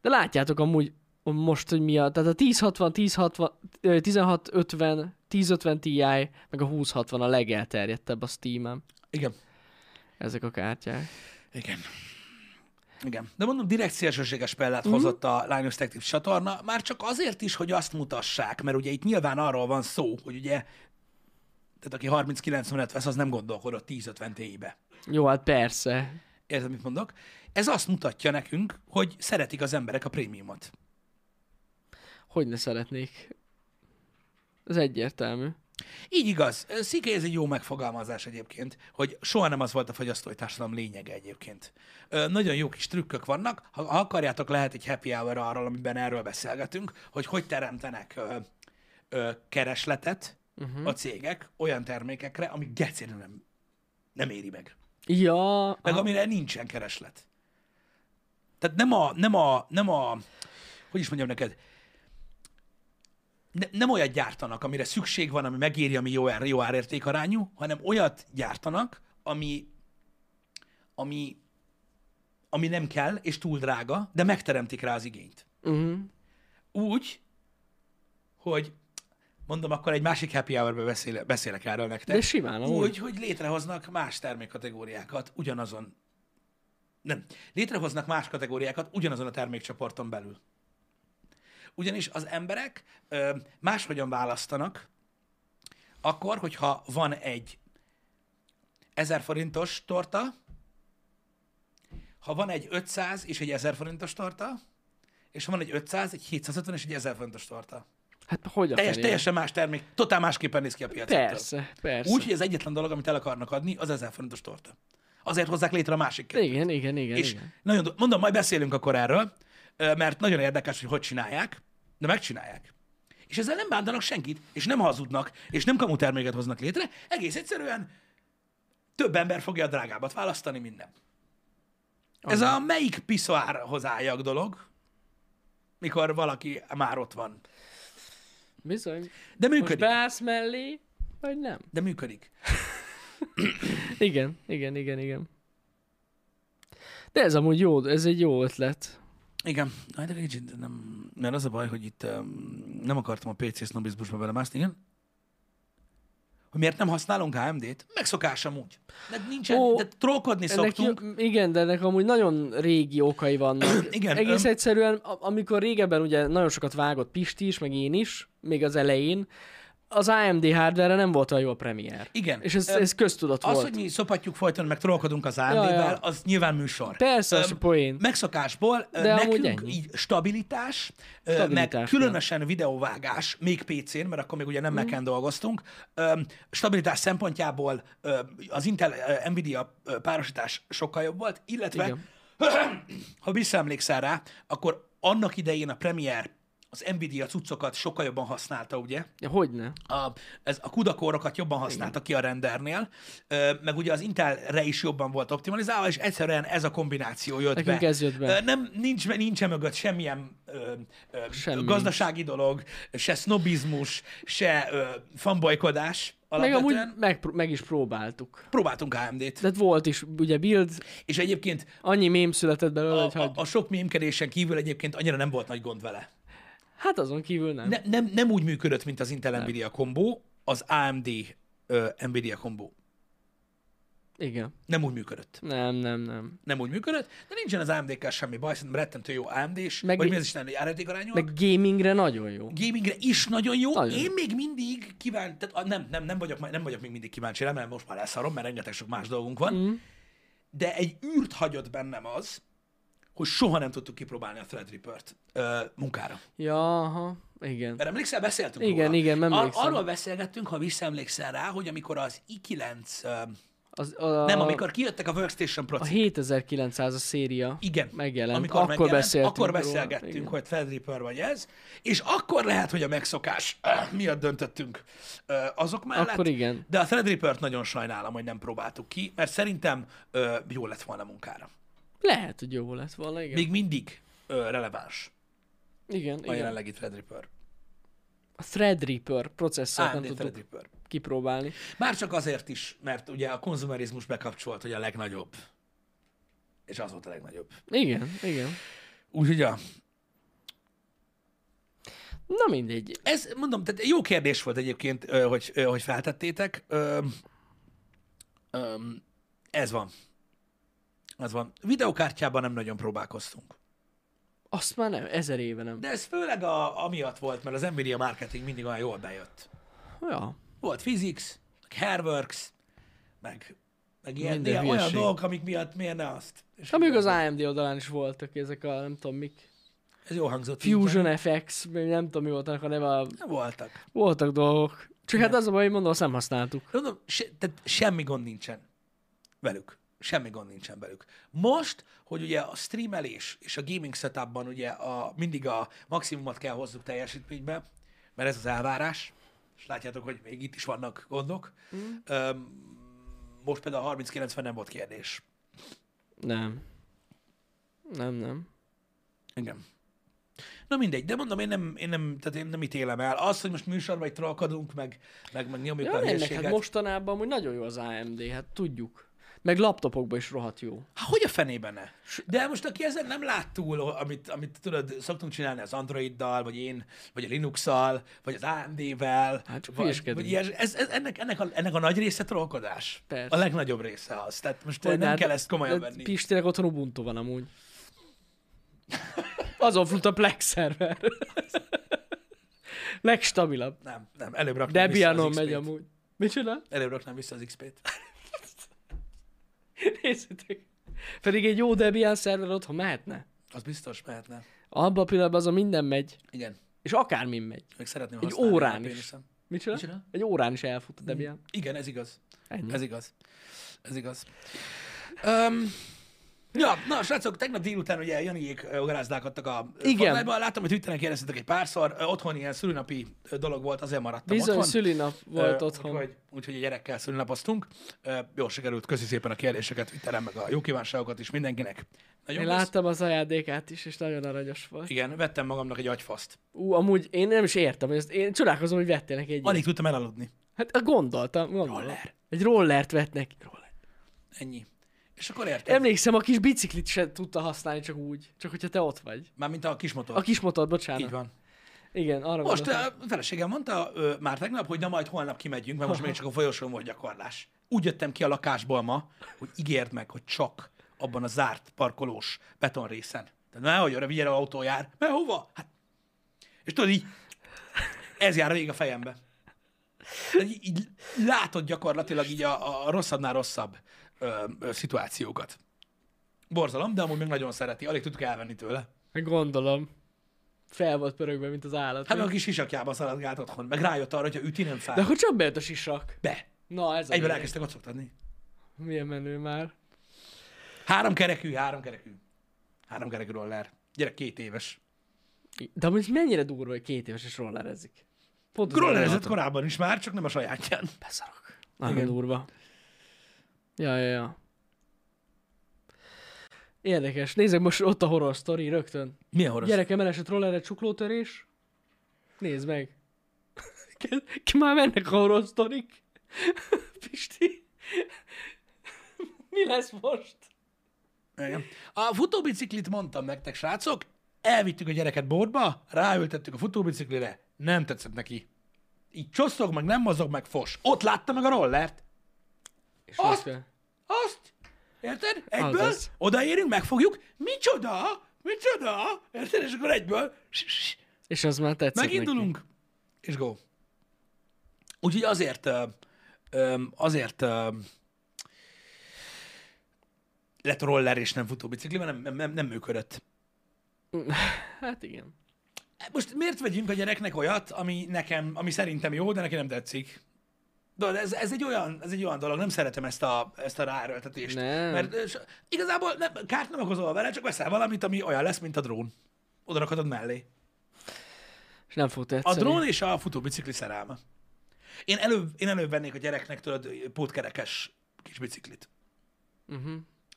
Speaker 2: De látjátok amúgy most, hogy mi a... Tehát a 1060, 1060, ö, 1650, 1050 Ti, meg a 2060 a legelterjedtebb a Steam-en.
Speaker 1: Igen.
Speaker 2: Ezek a kártyák.
Speaker 1: Igen. Igen. De mondom, direkt szélsőséges példát mm-hmm. hozott a Linus Tech Tips csatorna, már csak azért is, hogy azt mutassák, mert ugye itt nyilván arról van szó, hogy ugye tehát aki 39 et vesz, az nem gondolkodott 10-50 Ti-be.
Speaker 2: Jó, hát persze.
Speaker 1: Érted, mit mondok? Ez azt mutatja nekünk, hogy szeretik az emberek a prémiumot.
Speaker 2: Hogy ne szeretnék. Ez egyértelmű.
Speaker 1: Így igaz. Szike ez egy jó megfogalmazás egyébként, hogy soha nem az volt a fogyasztói társadalom lényege egyébként. Ö, nagyon jó kis trükkök vannak. Ha, ha akarjátok, lehet egy happy hour arról, amiben erről beszélgetünk, hogy hogy teremtenek ö, ö, keresletet uh-huh. a cégek olyan termékekre, amik gecére nem, nem éri meg.
Speaker 2: Ja,
Speaker 1: Meg amire nincsen kereslet. Tehát nem a, nem a, nem a, hogy is mondjam neked, ne, nem olyat gyártanak, amire szükség van, ami megéri, ami jó, ár, jó árértékarányú, hanem olyat gyártanak, ami, ami, ami nem kell, és túl drága, de megteremtik rá az igényt.
Speaker 2: uh-huh.
Speaker 1: Úgy, hogy mondom, akkor egy másik happy hour-ben beszélek, beszélek erről nektek.
Speaker 2: de simán amúgy.
Speaker 1: Úgy, hogy létrehoznak más termékkategóriákat ugyanazon. Nem. Létrehoznak más kategóriákat ugyanazon a termékcsoporton belül. Ugyanis az emberek ö, máshogyan választanak, akkor, hogyha van egy 1000 forintos torta, ha van egy 500 és egy 1000 forintos torta, és ha van egy 500, egy 750 és egy 1000 forintos torta.
Speaker 2: Hát hogy a
Speaker 1: Teljes,
Speaker 2: fenére?
Speaker 1: teljesen más termék, totál másképpen néz ki a piac. ettől.
Speaker 2: Persze, persze.
Speaker 1: Úgy, hogy az egyetlen dolog, amit el akarnak adni, az 1000 forintos torta. Azért hozzák létre a másik kettőt.
Speaker 2: Igen, igen, igen.
Speaker 1: És
Speaker 2: igen.
Speaker 1: nagyon, du- mondom, majd beszélünk akkor erről, ö, mert nagyon érdekes, hogy hogy csinálják, de megcsinálják. És ezzel nem bántanak senkit, és nem hazudnak, és nem kamu terméket hoznak létre, egész egyszerűen több ember fogja a drágábbat választani, mint nem. Ez a melyik piszoárhoz álljak dolog, mikor valaki már ott van.
Speaker 2: Bizony.
Speaker 1: De
Speaker 2: Most
Speaker 1: működik,
Speaker 2: beállsz mellé, vagy nem?
Speaker 1: de működik.
Speaker 2: Igen, igen, igen, igen. De ez amúgy jó, ez egy jó ötlet.
Speaker 1: Igen, hát egy kicsit nem, mert az a baj, hogy itt um, nem akartam a PC sznobizmusba belemászni, igen? Hogy miért nem használunk HMD-t? Megszokásom úgy. De nincsen,
Speaker 2: Ó,
Speaker 1: Ó, de trollkodni
Speaker 2: Ennek
Speaker 1: szoktunk.
Speaker 2: jó- igen, de ennek amúgy nagyon régi okai vannak.
Speaker 1: Igen,
Speaker 2: Egész
Speaker 1: öm.
Speaker 2: egyszerűen, a- amikor régebben ugye nagyon sokat vágott Pisti is, meg én is, még az elején, az AMD hardware nem volt olyan jó a Premiere.
Speaker 1: Igen.
Speaker 2: És ez,
Speaker 1: Öm,
Speaker 2: ez köztudat
Speaker 1: Az,
Speaker 2: volt.
Speaker 1: hogy mi szopatjuk folyton, meg trollkodunk az AMD-vel,
Speaker 2: ja.
Speaker 1: az nyilván műsor.
Speaker 2: Persze, az
Speaker 1: Öm,
Speaker 2: a poén.
Speaker 1: Megszokásból ö,
Speaker 2: De amúgy
Speaker 1: nekünk
Speaker 2: ennyi.
Speaker 1: így stabilitás, stabilitás,
Speaker 2: Stabilitás,
Speaker 1: meg
Speaker 2: ja. Mhm.
Speaker 1: különösen videóvágás, még PC-n, mert akkor még ugye nem mm. Mac-en dolgoztunk, ö, stabilitás szempontjából ö, az Intel ö, Nvidia ö, párosítás sokkal jobb volt, illetve
Speaker 2: Igen.
Speaker 1: ha visszaemlékszel rá, akkor annak idején a Premiere az Nvidia cuccokat sokkal jobban használta, ugye?
Speaker 2: Ja, hogyne.
Speaker 1: a, ez a kudakorokat jobban használta ki a rendernél, ö, meg ugye az Intelre is jobban volt optimalizálva, és egyszerűen ez a kombináció jött
Speaker 2: Nekünk
Speaker 1: be.
Speaker 2: ez jött be.
Speaker 1: Ö, Nem, nincs, nincsen mögött semmilyen ö, ö,
Speaker 2: Semmi
Speaker 1: gazdasági dolog, se sznobizmus, se ö, fanbolykodás.
Speaker 2: Meg amúgy
Speaker 1: Alapvetően
Speaker 2: meg, meg is próbáltuk.
Speaker 1: próbáltunk AMD-t.
Speaker 2: Tehát volt is ugye build,
Speaker 1: És egyébként
Speaker 2: annyi mém született belőle, hogy
Speaker 1: a, a,
Speaker 2: hagyj.
Speaker 1: a sok mémkedésen kívül egyébként annyira nem volt nagy gond vele.
Speaker 2: Hát azon kívül nem.
Speaker 1: Ne, nem, nem úgy működött, mint az Intel Nvidia kombó, az AMD ö, Nvidia kombó.
Speaker 2: Igen.
Speaker 1: Nem úgy működött.
Speaker 2: Nem, nem, nem.
Speaker 1: nem úgy működött, de nincsen az AMD-kkel semmi baj, szerintem rettentő jó AMD-s, meg
Speaker 2: Meg-
Speaker 1: vagy mi az is nem, járaték arányú.
Speaker 2: Meg gamingre nagyon jó.
Speaker 1: Gamingre is nagyon jó.
Speaker 2: Nagyon.
Speaker 1: Nagyon. Én még mindig kíváncsi, tehát ah, nem, nem, nem, vagyok, ma- nem vagyok még mindig kíváncsi rá, mert most már leszarom, mert rengeteg sok más dolgunk van. Mm. De egy űrt hagyott bennem az, hogy soha nem tudtuk kipróbálni a Threadripper-t ö, munkára.
Speaker 2: Ja, aha. Igen.
Speaker 1: Mert emlékszel, beszéltünk
Speaker 2: Igen,
Speaker 1: róla.
Speaker 2: igen, emlékszem.
Speaker 1: Ar- arról beszélgettünk, ha visszaemlékszel rá, hogy amikor az i9, ö,
Speaker 2: Az, a,
Speaker 1: nem, amikor kijöttek a Workstation
Speaker 2: A
Speaker 1: proci,
Speaker 2: 7900 a széria.
Speaker 1: Igen.
Speaker 2: Megjelent.
Speaker 1: Amikor
Speaker 2: Akkor
Speaker 1: megjelent,
Speaker 2: beszéltünk
Speaker 1: akkor
Speaker 2: róla.
Speaker 1: beszélgettünk,
Speaker 2: Igen.
Speaker 1: hogy Threadripper vagy ez, és akkor lehet, hogy a megszokás miatt döntöttünk ö, azok mellett.
Speaker 2: Akkor igen.
Speaker 1: De a Threadripper-t nagyon sajnálom, hogy nem próbáltuk ki, mert szerintem ö, jó lett volna munkára.
Speaker 2: Lehet, hogy jó lett volna, igen.
Speaker 1: Még mindig ö, releváns
Speaker 2: igen,
Speaker 1: a
Speaker 2: igen.
Speaker 1: jelenlegi Threadripper.
Speaker 2: A Threadripper processzort nem
Speaker 1: AMD
Speaker 2: tudtuk
Speaker 1: Threadripper.
Speaker 2: kipróbálni.
Speaker 1: Már csak azért is, mert ugye a konzumerizmus bekapcsolt, hogy a legnagyobb. És az volt a legnagyobb.
Speaker 2: Igen, igen.
Speaker 1: Úgyhogy a,
Speaker 2: Na mindegy.
Speaker 1: Ez, mondom, tehát jó kérdés volt egyébként, ö, hogy, ö, hogy feltettétek. Ö, ö, Ez van. Ez van. Videokártyában nem nagyon próbálkoztunk.
Speaker 2: Azt már nem, ezer éve nem.
Speaker 1: De ez főleg a, amiatt volt, mert az Nvidia marketing mindig olyan jól bejött.
Speaker 2: Ja.
Speaker 1: Volt Physics, meg Hairworks, meg, meg ilyen,
Speaker 2: Minden
Speaker 1: ilyen olyan
Speaker 2: hülyeség.
Speaker 1: dolgok, amik miatt miért ne azt. És
Speaker 2: És amíg az AMD oldalán is voltak ezek a, nem tudom mik,
Speaker 1: ez jó hangzott.
Speaker 2: Fusion FX, még nem tudom mi volt annak a neve, a-
Speaker 1: Nem voltak.
Speaker 2: voltak dolgok. Csak hát az a baj, hogy mondom, azt nem használtuk.
Speaker 1: Mondom, se, tehát semmi gond nincsen velük. Semmi gond nincsen velük. Most, hogy ugye a streamelés és a gaming setupban ugye a, mindig a maximumot kell hozzuk teljesítménybe, mert ez az elvárás, és látjátok, hogy még itt is vannak gondok. Mm. Öm, most például a 30-90 nem volt kérdés.
Speaker 2: Nem. Nem, nem.
Speaker 1: Igen. Na mindegy, de mondom, én nem, én nem, tehát én nem ítélem el. Az, hogy most műsorban itt trollkodunk, meg, meg, meg nyomjuk
Speaker 2: Ja,
Speaker 1: a
Speaker 2: ennek,
Speaker 1: hülyeséget.
Speaker 2: hát
Speaker 1: Most...
Speaker 2: mostanában hogy nagyon jó az AMD, hát tudjuk. Meg laptopokban is rohadt jó.
Speaker 1: Hát hogy a fenében ne? De most aki ezen nem lát túl, amit, amit tudod, szoktunk csinálni az Androiddal, vagy én, vagy a Linuxal, vagy az AMD-vel,
Speaker 2: Hát csak
Speaker 1: vagy,
Speaker 2: hülyeskedünk.
Speaker 1: vagy ilyes, ez, ez, ennek, ennek, a, ennek a nagy része trollkodás.
Speaker 2: Persze.
Speaker 1: A legnagyobb része az. Tehát most hogy
Speaker 2: Hogy
Speaker 1: nem
Speaker 2: hát-
Speaker 1: kell ezt komolyan
Speaker 2: de
Speaker 1: venni.
Speaker 2: Pistinek otthon Ubuntu van amúgy. Azon fut a Plex szerver. Legstabilabb.
Speaker 1: nem, nem, előbb raknám vissza az
Speaker 2: Debianon
Speaker 1: XP-t.
Speaker 2: megy amúgy. Mit csinál?
Speaker 1: Előbb raknám vissza az XP-t.
Speaker 2: Nézzétek. Pedig egy jó Debian szerver otthon mehetne.
Speaker 1: Az biztos mehetne.
Speaker 2: Abban a pillanatban az a minden megy,
Speaker 1: Igen,
Speaker 2: és akármin megy.
Speaker 1: meg szeretném
Speaker 2: Egy
Speaker 1: használni a
Speaker 2: órán is.
Speaker 1: péniszem.
Speaker 2: Mit csinál?
Speaker 1: Mit csinál?
Speaker 2: Egy órán is elfut a Debian.
Speaker 1: Igen, ez igaz.
Speaker 2: Ennyi.
Speaker 1: Ez igaz. Ez igaz. Um, ja, na, srácok, tegnap délután ugye Janiék ö, garázdálkodtak a ö,
Speaker 2: Igen.
Speaker 1: Fortnite-ban. Láttam, hogy Twitteren kérdeztetek egy párszor. Ö, Otthon ilyen szülinapi ö, dolog volt, azért maradtam
Speaker 2: Bizony
Speaker 1: otthon.
Speaker 2: szülinap volt
Speaker 1: Ö,
Speaker 2: otthon.
Speaker 1: Úgyhogy, úgyhogy a gyerekkel szülinapoztunk. Ö, Jól sikerült. Köszi szépen a kérdéseket, Twitteren, meg a jó kívánságokat is mindenkinek. Nagyon
Speaker 2: Én
Speaker 1: kösz.
Speaker 2: láttam az ajándékát is, és nagyon aranyos volt.
Speaker 1: Igen, vettem magamnak egy agyfaszt.
Speaker 2: Ú, amúgy én nem is értem, hogy ezt, én csodálkozom, hogy vettél neki egy
Speaker 1: Alig tudtam elaludni.
Speaker 2: Hát gondoltam, gondoltam.
Speaker 1: Roller.
Speaker 2: Egy rollert vett neki. Roller.
Speaker 1: Ennyi. És akkor érted? Emlé...
Speaker 2: Emlékszem, a kis biciklit sem tudta használni csak úgy, csak hogyha te ott vagy.
Speaker 1: Mármint a kismotor.
Speaker 2: A
Speaker 1: Aki...
Speaker 2: kis motor, bocsánat.
Speaker 1: Így van.
Speaker 2: Igen, arra
Speaker 1: Most
Speaker 2: gondoltam.
Speaker 1: a feleségem mondta ö, már tegnap, hogy na majd holnap kimegyünk, mert most még csak a folyosón volt gyakorlás. Úgy jöttem ki a lakásból ma, hogy ígérd meg, hogy csak abban a zárt parkolós betonrészen. Tehát nehogy arra vigyél, ahol autó jár. Mert hova? Hát. És tudod így, ez jár végig a fejembe. Tehát Így, így látod gyakorlatilag így a, a rosszabbnál rosszabb ö, ö, szituációkat. Borzalom, de amúgy még nagyon szereti. Alig tudtuk elvenni tőle.
Speaker 2: Hát Gondolom. Fel volt pörögve, mint az állat.
Speaker 1: Hát
Speaker 2: mi?
Speaker 1: meg a kis sisakjába szaladgált otthon, meg rájött arra, hogy ha üti, nem fáj.
Speaker 2: De akkor csak bejött a sisak.
Speaker 1: Be.
Speaker 2: Na, ez a
Speaker 1: Egyből
Speaker 2: lényeg.
Speaker 1: elkezdtek kocogtatni.
Speaker 2: Milyen menő már.
Speaker 1: Három kerekű, három kerekű. Három kerekű roller. Gyerek két éves.
Speaker 2: De amúgy mennyire durva, hogy két éves is rollerezik. Pont az
Speaker 1: Grollerezett
Speaker 2: ellenhatom.
Speaker 1: korábban is már, csak nem a sajátján.
Speaker 2: Beszarok. Nagyon
Speaker 1: Igen.
Speaker 2: durva. Ja, ja, ja. Érdekes. Nézzek most ott a horror story rögtön.
Speaker 1: Milyen horror?
Speaker 2: Gyerekem elesett rollerre csuklótörés. Nézd meg. Ki- Ki már mennek a horror sztorik. Pisti. Mi lesz most?
Speaker 1: Igen. A futóbiciklit mondtam nektek, srácok, elvittük a gyereket borba, ráültettük a futóbiciklire, nem tetszett neki. Így csosszog, meg nem mozog, meg fos. Ott látta meg a rollert.
Speaker 2: És
Speaker 1: Azt!
Speaker 2: azt kell-
Speaker 1: Azt! Érted? Egyből
Speaker 2: Azaz.
Speaker 1: odaérünk, megfogjuk. Micsoda? Micsoda? Érted? És akkor egyből s- s-
Speaker 2: És az már tetszett neki.
Speaker 1: megindulunk. És go. Úgyhogy azért ö, ö, azért ö, lett roller és nem futóbicikli, mert nem, nem- nem, nem működött.
Speaker 2: Hát igen.
Speaker 1: Most miért vegyünk a gyereknek olyat, ami nekem, ami szerintem jó, de neki nem tetszik? De ez, ez, egy olyan, ez egy olyan dolog, nem szeretem ezt a, ezt a ráerőltetést.
Speaker 2: Nem.
Speaker 1: Mert ö, s- igazából nem, kárt nem okozol vele, csak veszel valamit, ami olyan lesz, mint a drón. Oda rakhatod mellé.
Speaker 2: És nem fog tetszeni.
Speaker 1: A drón és a futóbicikli szerelme. Én előbb, én előbb vennék a gyereknek tudod pótkerekes kis biciklit,
Speaker 2: Uh-huh.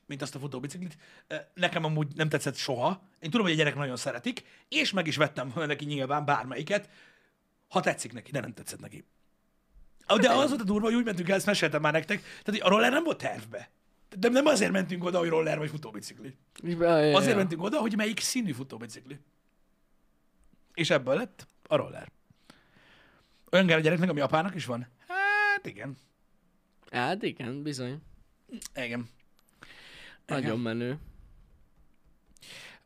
Speaker 1: mint azt a futóbiciklit. Ö, Nekem amúgy nem tetszett soha. Én tudom, hogy a gyerek nagyon szeretik, és meg is vettem volna neki nyilván bármelyiket, ha tetszik neki, de nem tetszett neki. De az volt a durva, hogy úgy mentünk el, ezt meséltem már nektek, tehát hogy a roller nem volt tervbe. De nem azért mentünk oda, hogy roller vagy futóbicikli. Azért
Speaker 2: Azért
Speaker 1: mentünk oda, hogy melyik színű futóbicikli. És ebből lett a roller. Olyan kell a gyereknek, ami apának is van? Hát igen.
Speaker 2: Hát igen, bizony.
Speaker 1: Igen.
Speaker 2: Nagyon menő.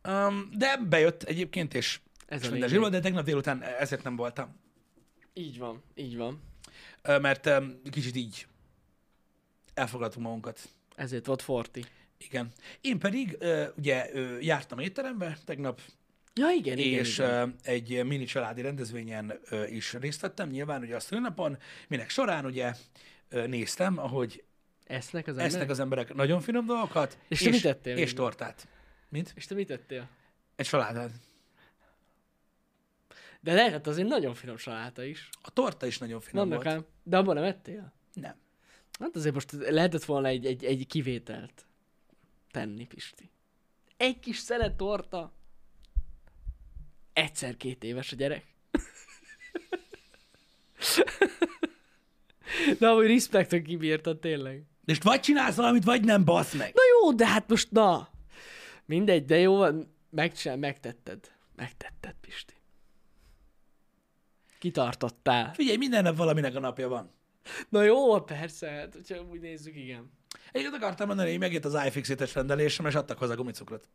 Speaker 1: Um, de bejött egyébként, és,
Speaker 2: Ez
Speaker 1: és
Speaker 2: a
Speaker 1: minden
Speaker 2: lényeg.
Speaker 1: zsírva, de tegnap délután ezért nem voltam.
Speaker 2: Így van, így van.
Speaker 1: Ö, Mert um, kicsit így elfoglaltuk magunkat.
Speaker 2: Ezért volt Forti.
Speaker 1: Igen. Én pedig uh, ugye uh, jártam étterembe tegnap,
Speaker 2: Ja, igen, igen.
Speaker 1: és
Speaker 2: igen.
Speaker 1: ö, egy mini családi rendezvényen ö, is részt vettem, nyilván ugye azt a napon, minek során ugye ö, néztem, ahogy
Speaker 2: Esznek az emberek?
Speaker 1: esznek az emberek nagyon finom dolgokat,
Speaker 2: És te mit ettél
Speaker 1: és
Speaker 2: még?
Speaker 1: tortát. Mint?
Speaker 2: És te mit tettél?
Speaker 1: Egy salátát.
Speaker 2: De lehetett azért nagyon finom saláta is.
Speaker 1: A torta is nagyon finom
Speaker 2: Vannak
Speaker 1: volt.
Speaker 2: ám. De abban nem ettél?
Speaker 1: Nem.
Speaker 2: Hát azért most lehetett volna egy, egy, egy kivételt tenni, Pisti. Egy kis szelet torta. Egyszer két éves a gyerek. De amúgy respekt, hogy kibírtad tényleg.
Speaker 1: És vagy csinálsz valamit, vagy nem, basz meg.
Speaker 2: Na jó, de hát most na. Mindegy, de jó van. Megcsinál, megtetted. Megtetted, Pisti. Kitartottál.
Speaker 1: Figyelj, minden nap valaminek a napja van.
Speaker 2: Na jó, persze, hát, hogyha úgy nézzük, igen.
Speaker 1: Egyet akartam mondani, hogy megjött az iFixit-es rendelésem, és adtak hozzá gumicukrot.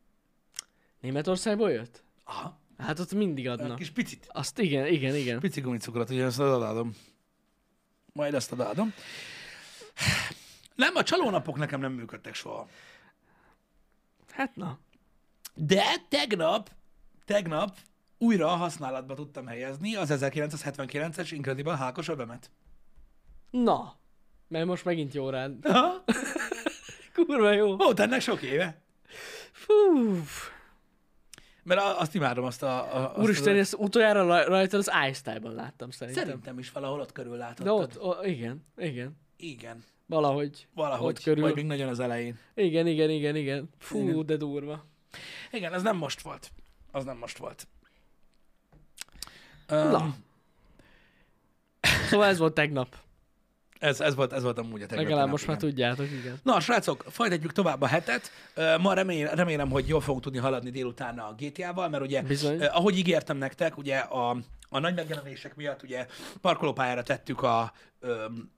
Speaker 2: Németországból jött?
Speaker 1: Aha.
Speaker 2: Hát ott mindig
Speaker 1: Na.
Speaker 2: adnak.
Speaker 1: Kis picit.
Speaker 2: Azt igen, igen, igen.
Speaker 1: Pici gumicukrot, ugye ezt adom. Majd ezt adom. Nem, a csalónapok nekem nem működtek soha.
Speaker 2: Hát na.
Speaker 1: De tegnap, tegnap újra használatba tudtam helyezni az 1979-es Incredible Hákos övemet.
Speaker 2: Na. Mert most megint jó rád.
Speaker 1: Aha.
Speaker 2: Kurva jó.
Speaker 1: Volt ennek sok éve.
Speaker 2: Fú.
Speaker 1: Mert a- azt imádom, azt a... a azt
Speaker 2: Úristen,
Speaker 1: az,
Speaker 2: ezt utoljára raj- rajta az Einstein-ban láttam szerintem.
Speaker 1: Szerintem is valahol ott körül látottad.
Speaker 2: De ott, o, igen, igen.
Speaker 1: Igen.
Speaker 2: Valahogy.
Speaker 1: Valahogy.
Speaker 2: Ott körül.
Speaker 1: Vagy még nagyon az elején.
Speaker 2: Igen, igen, igen, igen. Fú, de durva.
Speaker 1: Igen, az nem most volt. Az nem most volt.
Speaker 2: Na. Szóval ez volt tegnap.
Speaker 1: Ez, ez, volt, ez volt amúgy a tegnapi
Speaker 2: Legalább
Speaker 1: nap,
Speaker 2: most már
Speaker 1: igen.
Speaker 2: tudjátok, igen.
Speaker 1: Na, srácok, folytatjuk tovább a hetet. Ö, Ma remélem, remélem hogy jól fogunk tudni haladni délután a GTA-val, mert ugye,
Speaker 2: Bizony.
Speaker 1: ö, ahogy ígértem nektek, ugye a, a nagy megjelenések miatt ugye parkolópályára tettük a, öm,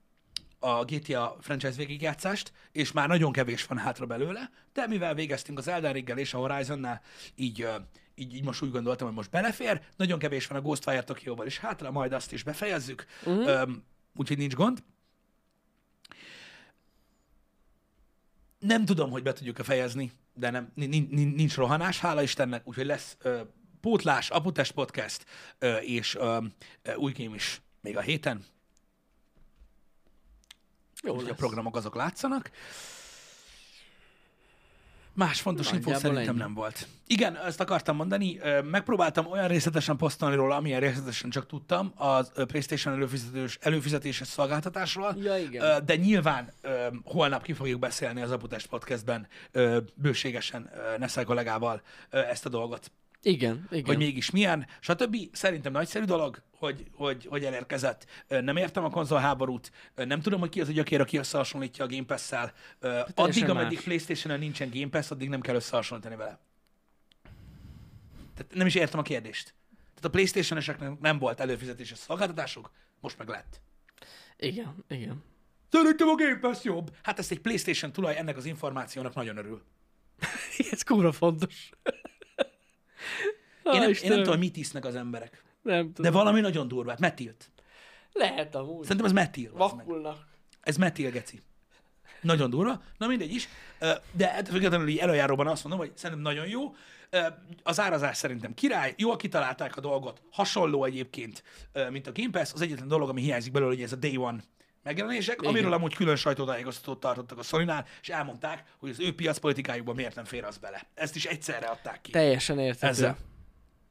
Speaker 1: a GTA franchise végigjátszást, és már nagyon kevés van hátra belőle, de mivel végeztünk az Elden Ringgel és a Horizonnál, így, ö, így, így most úgy gondoltam, hogy most belefér, nagyon kevés van a Ghostwire Tokyo-val is hátra, majd azt is befejezzük,
Speaker 2: Mhm.
Speaker 1: uh-huh. úgyhogy nincs gond. Nem tudom, hogy be tudjuk-e fejezni, de nem, nin- nin- nin- nincs rohanás, hála Istennek, úgyhogy lesz ö, pótlás, aputest podcast, ö, és ö, ö, új game is még a héten,
Speaker 2: Jó
Speaker 1: hogy a
Speaker 2: lesz.
Speaker 1: programok azok látszanak. Más fontos info
Speaker 2: Nagyjából
Speaker 1: szerintem
Speaker 2: ennyi.
Speaker 1: nem volt. Igen, ezt akartam mondani, ö, megpróbáltam olyan részletesen posztolni róla, amilyen részletesen csak tudtam, az ö, PlayStation előfizetős, előfizetéses szolgáltatásról,
Speaker 2: Ja, igen.
Speaker 1: Ö, de nyilván ö, holnap ki fogjuk beszélni az Aputest Podcastben ö, bőségesen ö, Neszel kollégával ö, ezt a dolgot
Speaker 2: Igen, igen.
Speaker 1: hogy mégis milyen, stb. Szerintem nagyszerű dolog, hogy, hogy, hogy elérkezett. Ö, Nem értem a konzolháborút, ö, nem tudom, hogy ki az a gyakér, aki összehasonlítja a Game Pass-szel. Ö, Addig, ameddig
Speaker 2: más.
Speaker 1: playstation nincsen Game Pass, addig nem kell összehasonlítani vele. Tehát nem is értem a kérdést. Tehát a Playstation-eseknek nem volt előfizetéses szolgáltatásuk, most meg lett.
Speaker 2: Igen, igen.
Speaker 1: Szerintem a Game Pass jobb. Hát ezt egy Playstation tulaj ennek az információnak nagyon örül.
Speaker 2: Ez kurva fontos.
Speaker 1: Én nem, én
Speaker 2: Istenem,
Speaker 1: nem tudom, mit isznek az emberek.
Speaker 2: nem
Speaker 1: De
Speaker 2: tudom.
Speaker 1: valami nagyon durvát. Metilt.
Speaker 2: Lehet amúgy.
Speaker 1: Szerintem ez metil. az meg.
Speaker 2: Vakulnak.
Speaker 1: Ez metil, geci. Nagyon durva. Na mindegy is. Ö, De ettől függetlenül így előjáróban azt mondom, hogy szerintem nagyon jó. Ö, Az árazás szerintem király. Jól kitalálták a dolgot. Hasonló egyébként, ö, mint a Game Pass. Az egyetlen dolog, ami hiányzik belőle, hogy ez a Day One megjelenések, Igen. amiről amúgy külön sajtótájékoztatót tartottak a sony és elmondták, hogy az ő piacpolitikájukban miért nem fér az bele. Ezt is egyszerre adták ki.
Speaker 2: Teljesen érthető.
Speaker 1: Ezzel.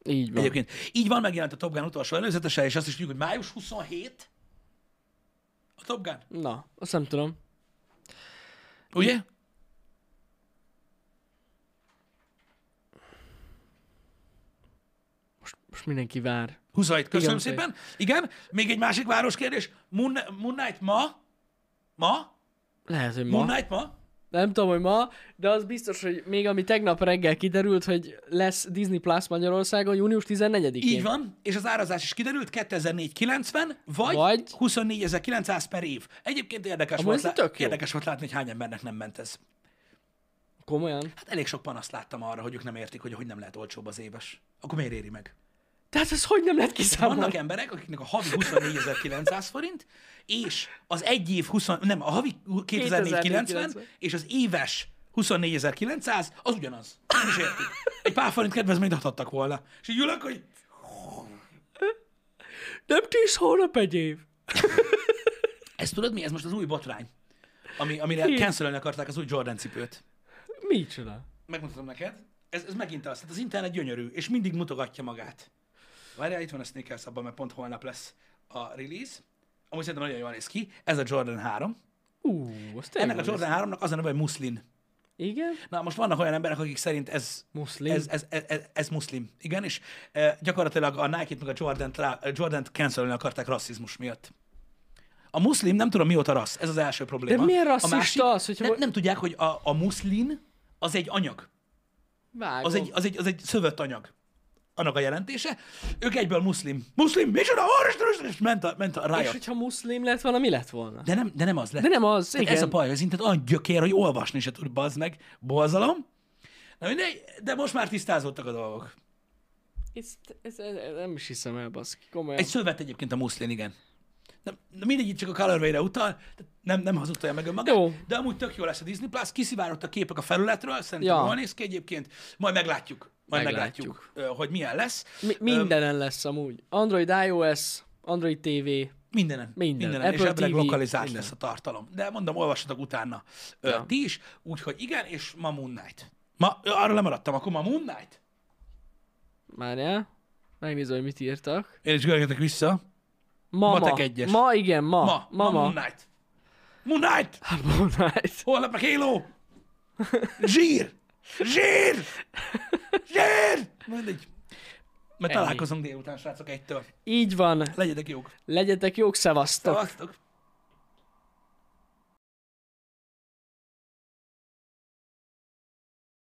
Speaker 2: Így van.
Speaker 1: Egyébként így van, megjelent a Top Gun utolsó előzetesen, és azt is tudjuk, hogy május 27 a Top Gun,
Speaker 2: Na, azt nem tudom.
Speaker 1: ugye?
Speaker 2: Most, most mindenki vár.
Speaker 1: 27, köszönöm
Speaker 2: Igen,
Speaker 1: szépen. Igen, még egy másik város kérdés. Moon, Moon Knight ma? Ma?
Speaker 2: Lehet, hogy ma.
Speaker 1: Moon Knight ma?
Speaker 2: Nem tudom, hogy ma, de az biztos, hogy még ami tegnap reggel kiderült, hogy lesz Disney Plus Magyarországon június 14-én.
Speaker 1: Így van, és az árazás is kiderült, 2490, vagy,
Speaker 2: Vagy?
Speaker 1: vagy 24900 per év. Egyébként érdekes
Speaker 2: Amúgy
Speaker 1: volt,
Speaker 2: ez tök jó.
Speaker 1: érdekes volt látni, hogy hány embernek nem ment ez.
Speaker 2: Komolyan?
Speaker 1: Hát elég sok panaszt láttam arra, hogy ők nem értik, hogy hogy nem lehet olcsóbb az éves. Akkor miért éri meg?
Speaker 2: Tehát ez hogy nem lehet kiszámolni?
Speaker 1: Vannak emberek, akiknek a havi 24.900 forint, és az egy év 20, nem, a havi 2490 és az éves 24.900, az ugyanaz. Nem is értik. Egy pár forint kedvezményt adhattak volna. És így ülök, hogy
Speaker 2: Nem 10 hónap egy év.
Speaker 1: ez tudod mi? Ez most az új botrány. Ami, amire
Speaker 2: Igen.
Speaker 1: cancelölni akarták az új Jordan cipőt.
Speaker 2: Micsoda?
Speaker 1: Megmutatom neked. Ez, ez megint az. Tehát az internet gyönyörű, és mindig mutogatja magát. Várjál, itt van a sneakers abban, mert pont holnap lesz a release. Amúgy szerintem nagyon jól néz ki. Ez a Jordan 3.
Speaker 2: Ú, azt
Speaker 1: Ennek a Jordan 3-nak az a neve, hogy muszlin.
Speaker 2: Igen?
Speaker 1: Na, most vannak olyan emberek, akik szerint ez
Speaker 2: Muszlim.
Speaker 1: ez, ez, ez, ez, ez muszlim. Igen, és e, gyakorlatilag a Nike-t meg a Jordan-t, rá- Jordan-t cancelölni akarták rasszizmus miatt. A muszlim nem tudom mióta rassz, ez az első probléma.
Speaker 2: miért
Speaker 1: A
Speaker 2: rasszista
Speaker 1: másik-
Speaker 2: az, hogyha
Speaker 1: nem,
Speaker 2: mo-
Speaker 1: nem tudják, hogy a, a muszlin az egy anyag.
Speaker 2: Vágom.
Speaker 1: Az egy, az, egy, az egy szövött anyag. Annak a jelentése. Ők egyből muszlim. Muszlim, micsoda? Arra, és ment a, ment a
Speaker 2: És
Speaker 1: riot.
Speaker 2: hogyha muszlim lett volna, mi lett volna?
Speaker 1: De nem, de nem az lett.
Speaker 2: De nem az,
Speaker 1: Tehát
Speaker 2: igen.
Speaker 1: Szóval Ez a baj, az internet olyan gyökér, hogy olvasni se tud, bazd meg, borzalom. Na mindegy, de most már tisztázódtak a dolgok.
Speaker 2: Ez, ez, ez, ez, nem is hiszem el, baszki. Komolyan.
Speaker 1: Egy szövet egyébként a muszlin, igen. Nem, de mindegy, itt csak a colorway utal, tehát nem, nem hazudtolja meg önmagát,
Speaker 2: Jó.
Speaker 1: de amúgy tök jó lesz a Disney Plus, kiszivárogtak képek a felületről, szerintem
Speaker 2: Ja.
Speaker 1: jól néz ki egyébként, majd meglátjuk, majd meglátjuk,
Speaker 2: Meglátjuk.
Speaker 1: ö, hogy milyen lesz.
Speaker 2: Mi, mindenen lesz amúgy. Android iOS, Android TV.
Speaker 1: Mindenen.
Speaker 2: Minden.
Speaker 1: Mindenen. Apple és
Speaker 2: Apple
Speaker 1: elvileg
Speaker 2: TV,
Speaker 1: lokalizált
Speaker 2: minden.
Speaker 1: lesz a tartalom. De mondom, olvassatok utána
Speaker 2: Ja.
Speaker 1: ja. ti is. Úgyhogy igen, és ma Moon Knight. Ma, ö, arra lemaradtam, akkor ma Moon Knight?
Speaker 2: Várjál. Megnézem, hogy mit írtak.
Speaker 1: Én is görgetek vissza.
Speaker 2: Ma, ma,
Speaker 1: Matek egyes.
Speaker 2: ma igen, ma.
Speaker 1: Ma, ma, ma Moon Knight. Moon Knight!
Speaker 2: Moon Knight.
Speaker 1: Holnap meg Halo! Zsír! Zsír! Zsír! Mindegy. Mert
Speaker 2: Ennyi.
Speaker 1: találkozunk délután, srácok, egytől.
Speaker 2: Így van.
Speaker 1: Legyetek jók.
Speaker 2: Legyetek jók, szevasztok.
Speaker 1: Szevasztok!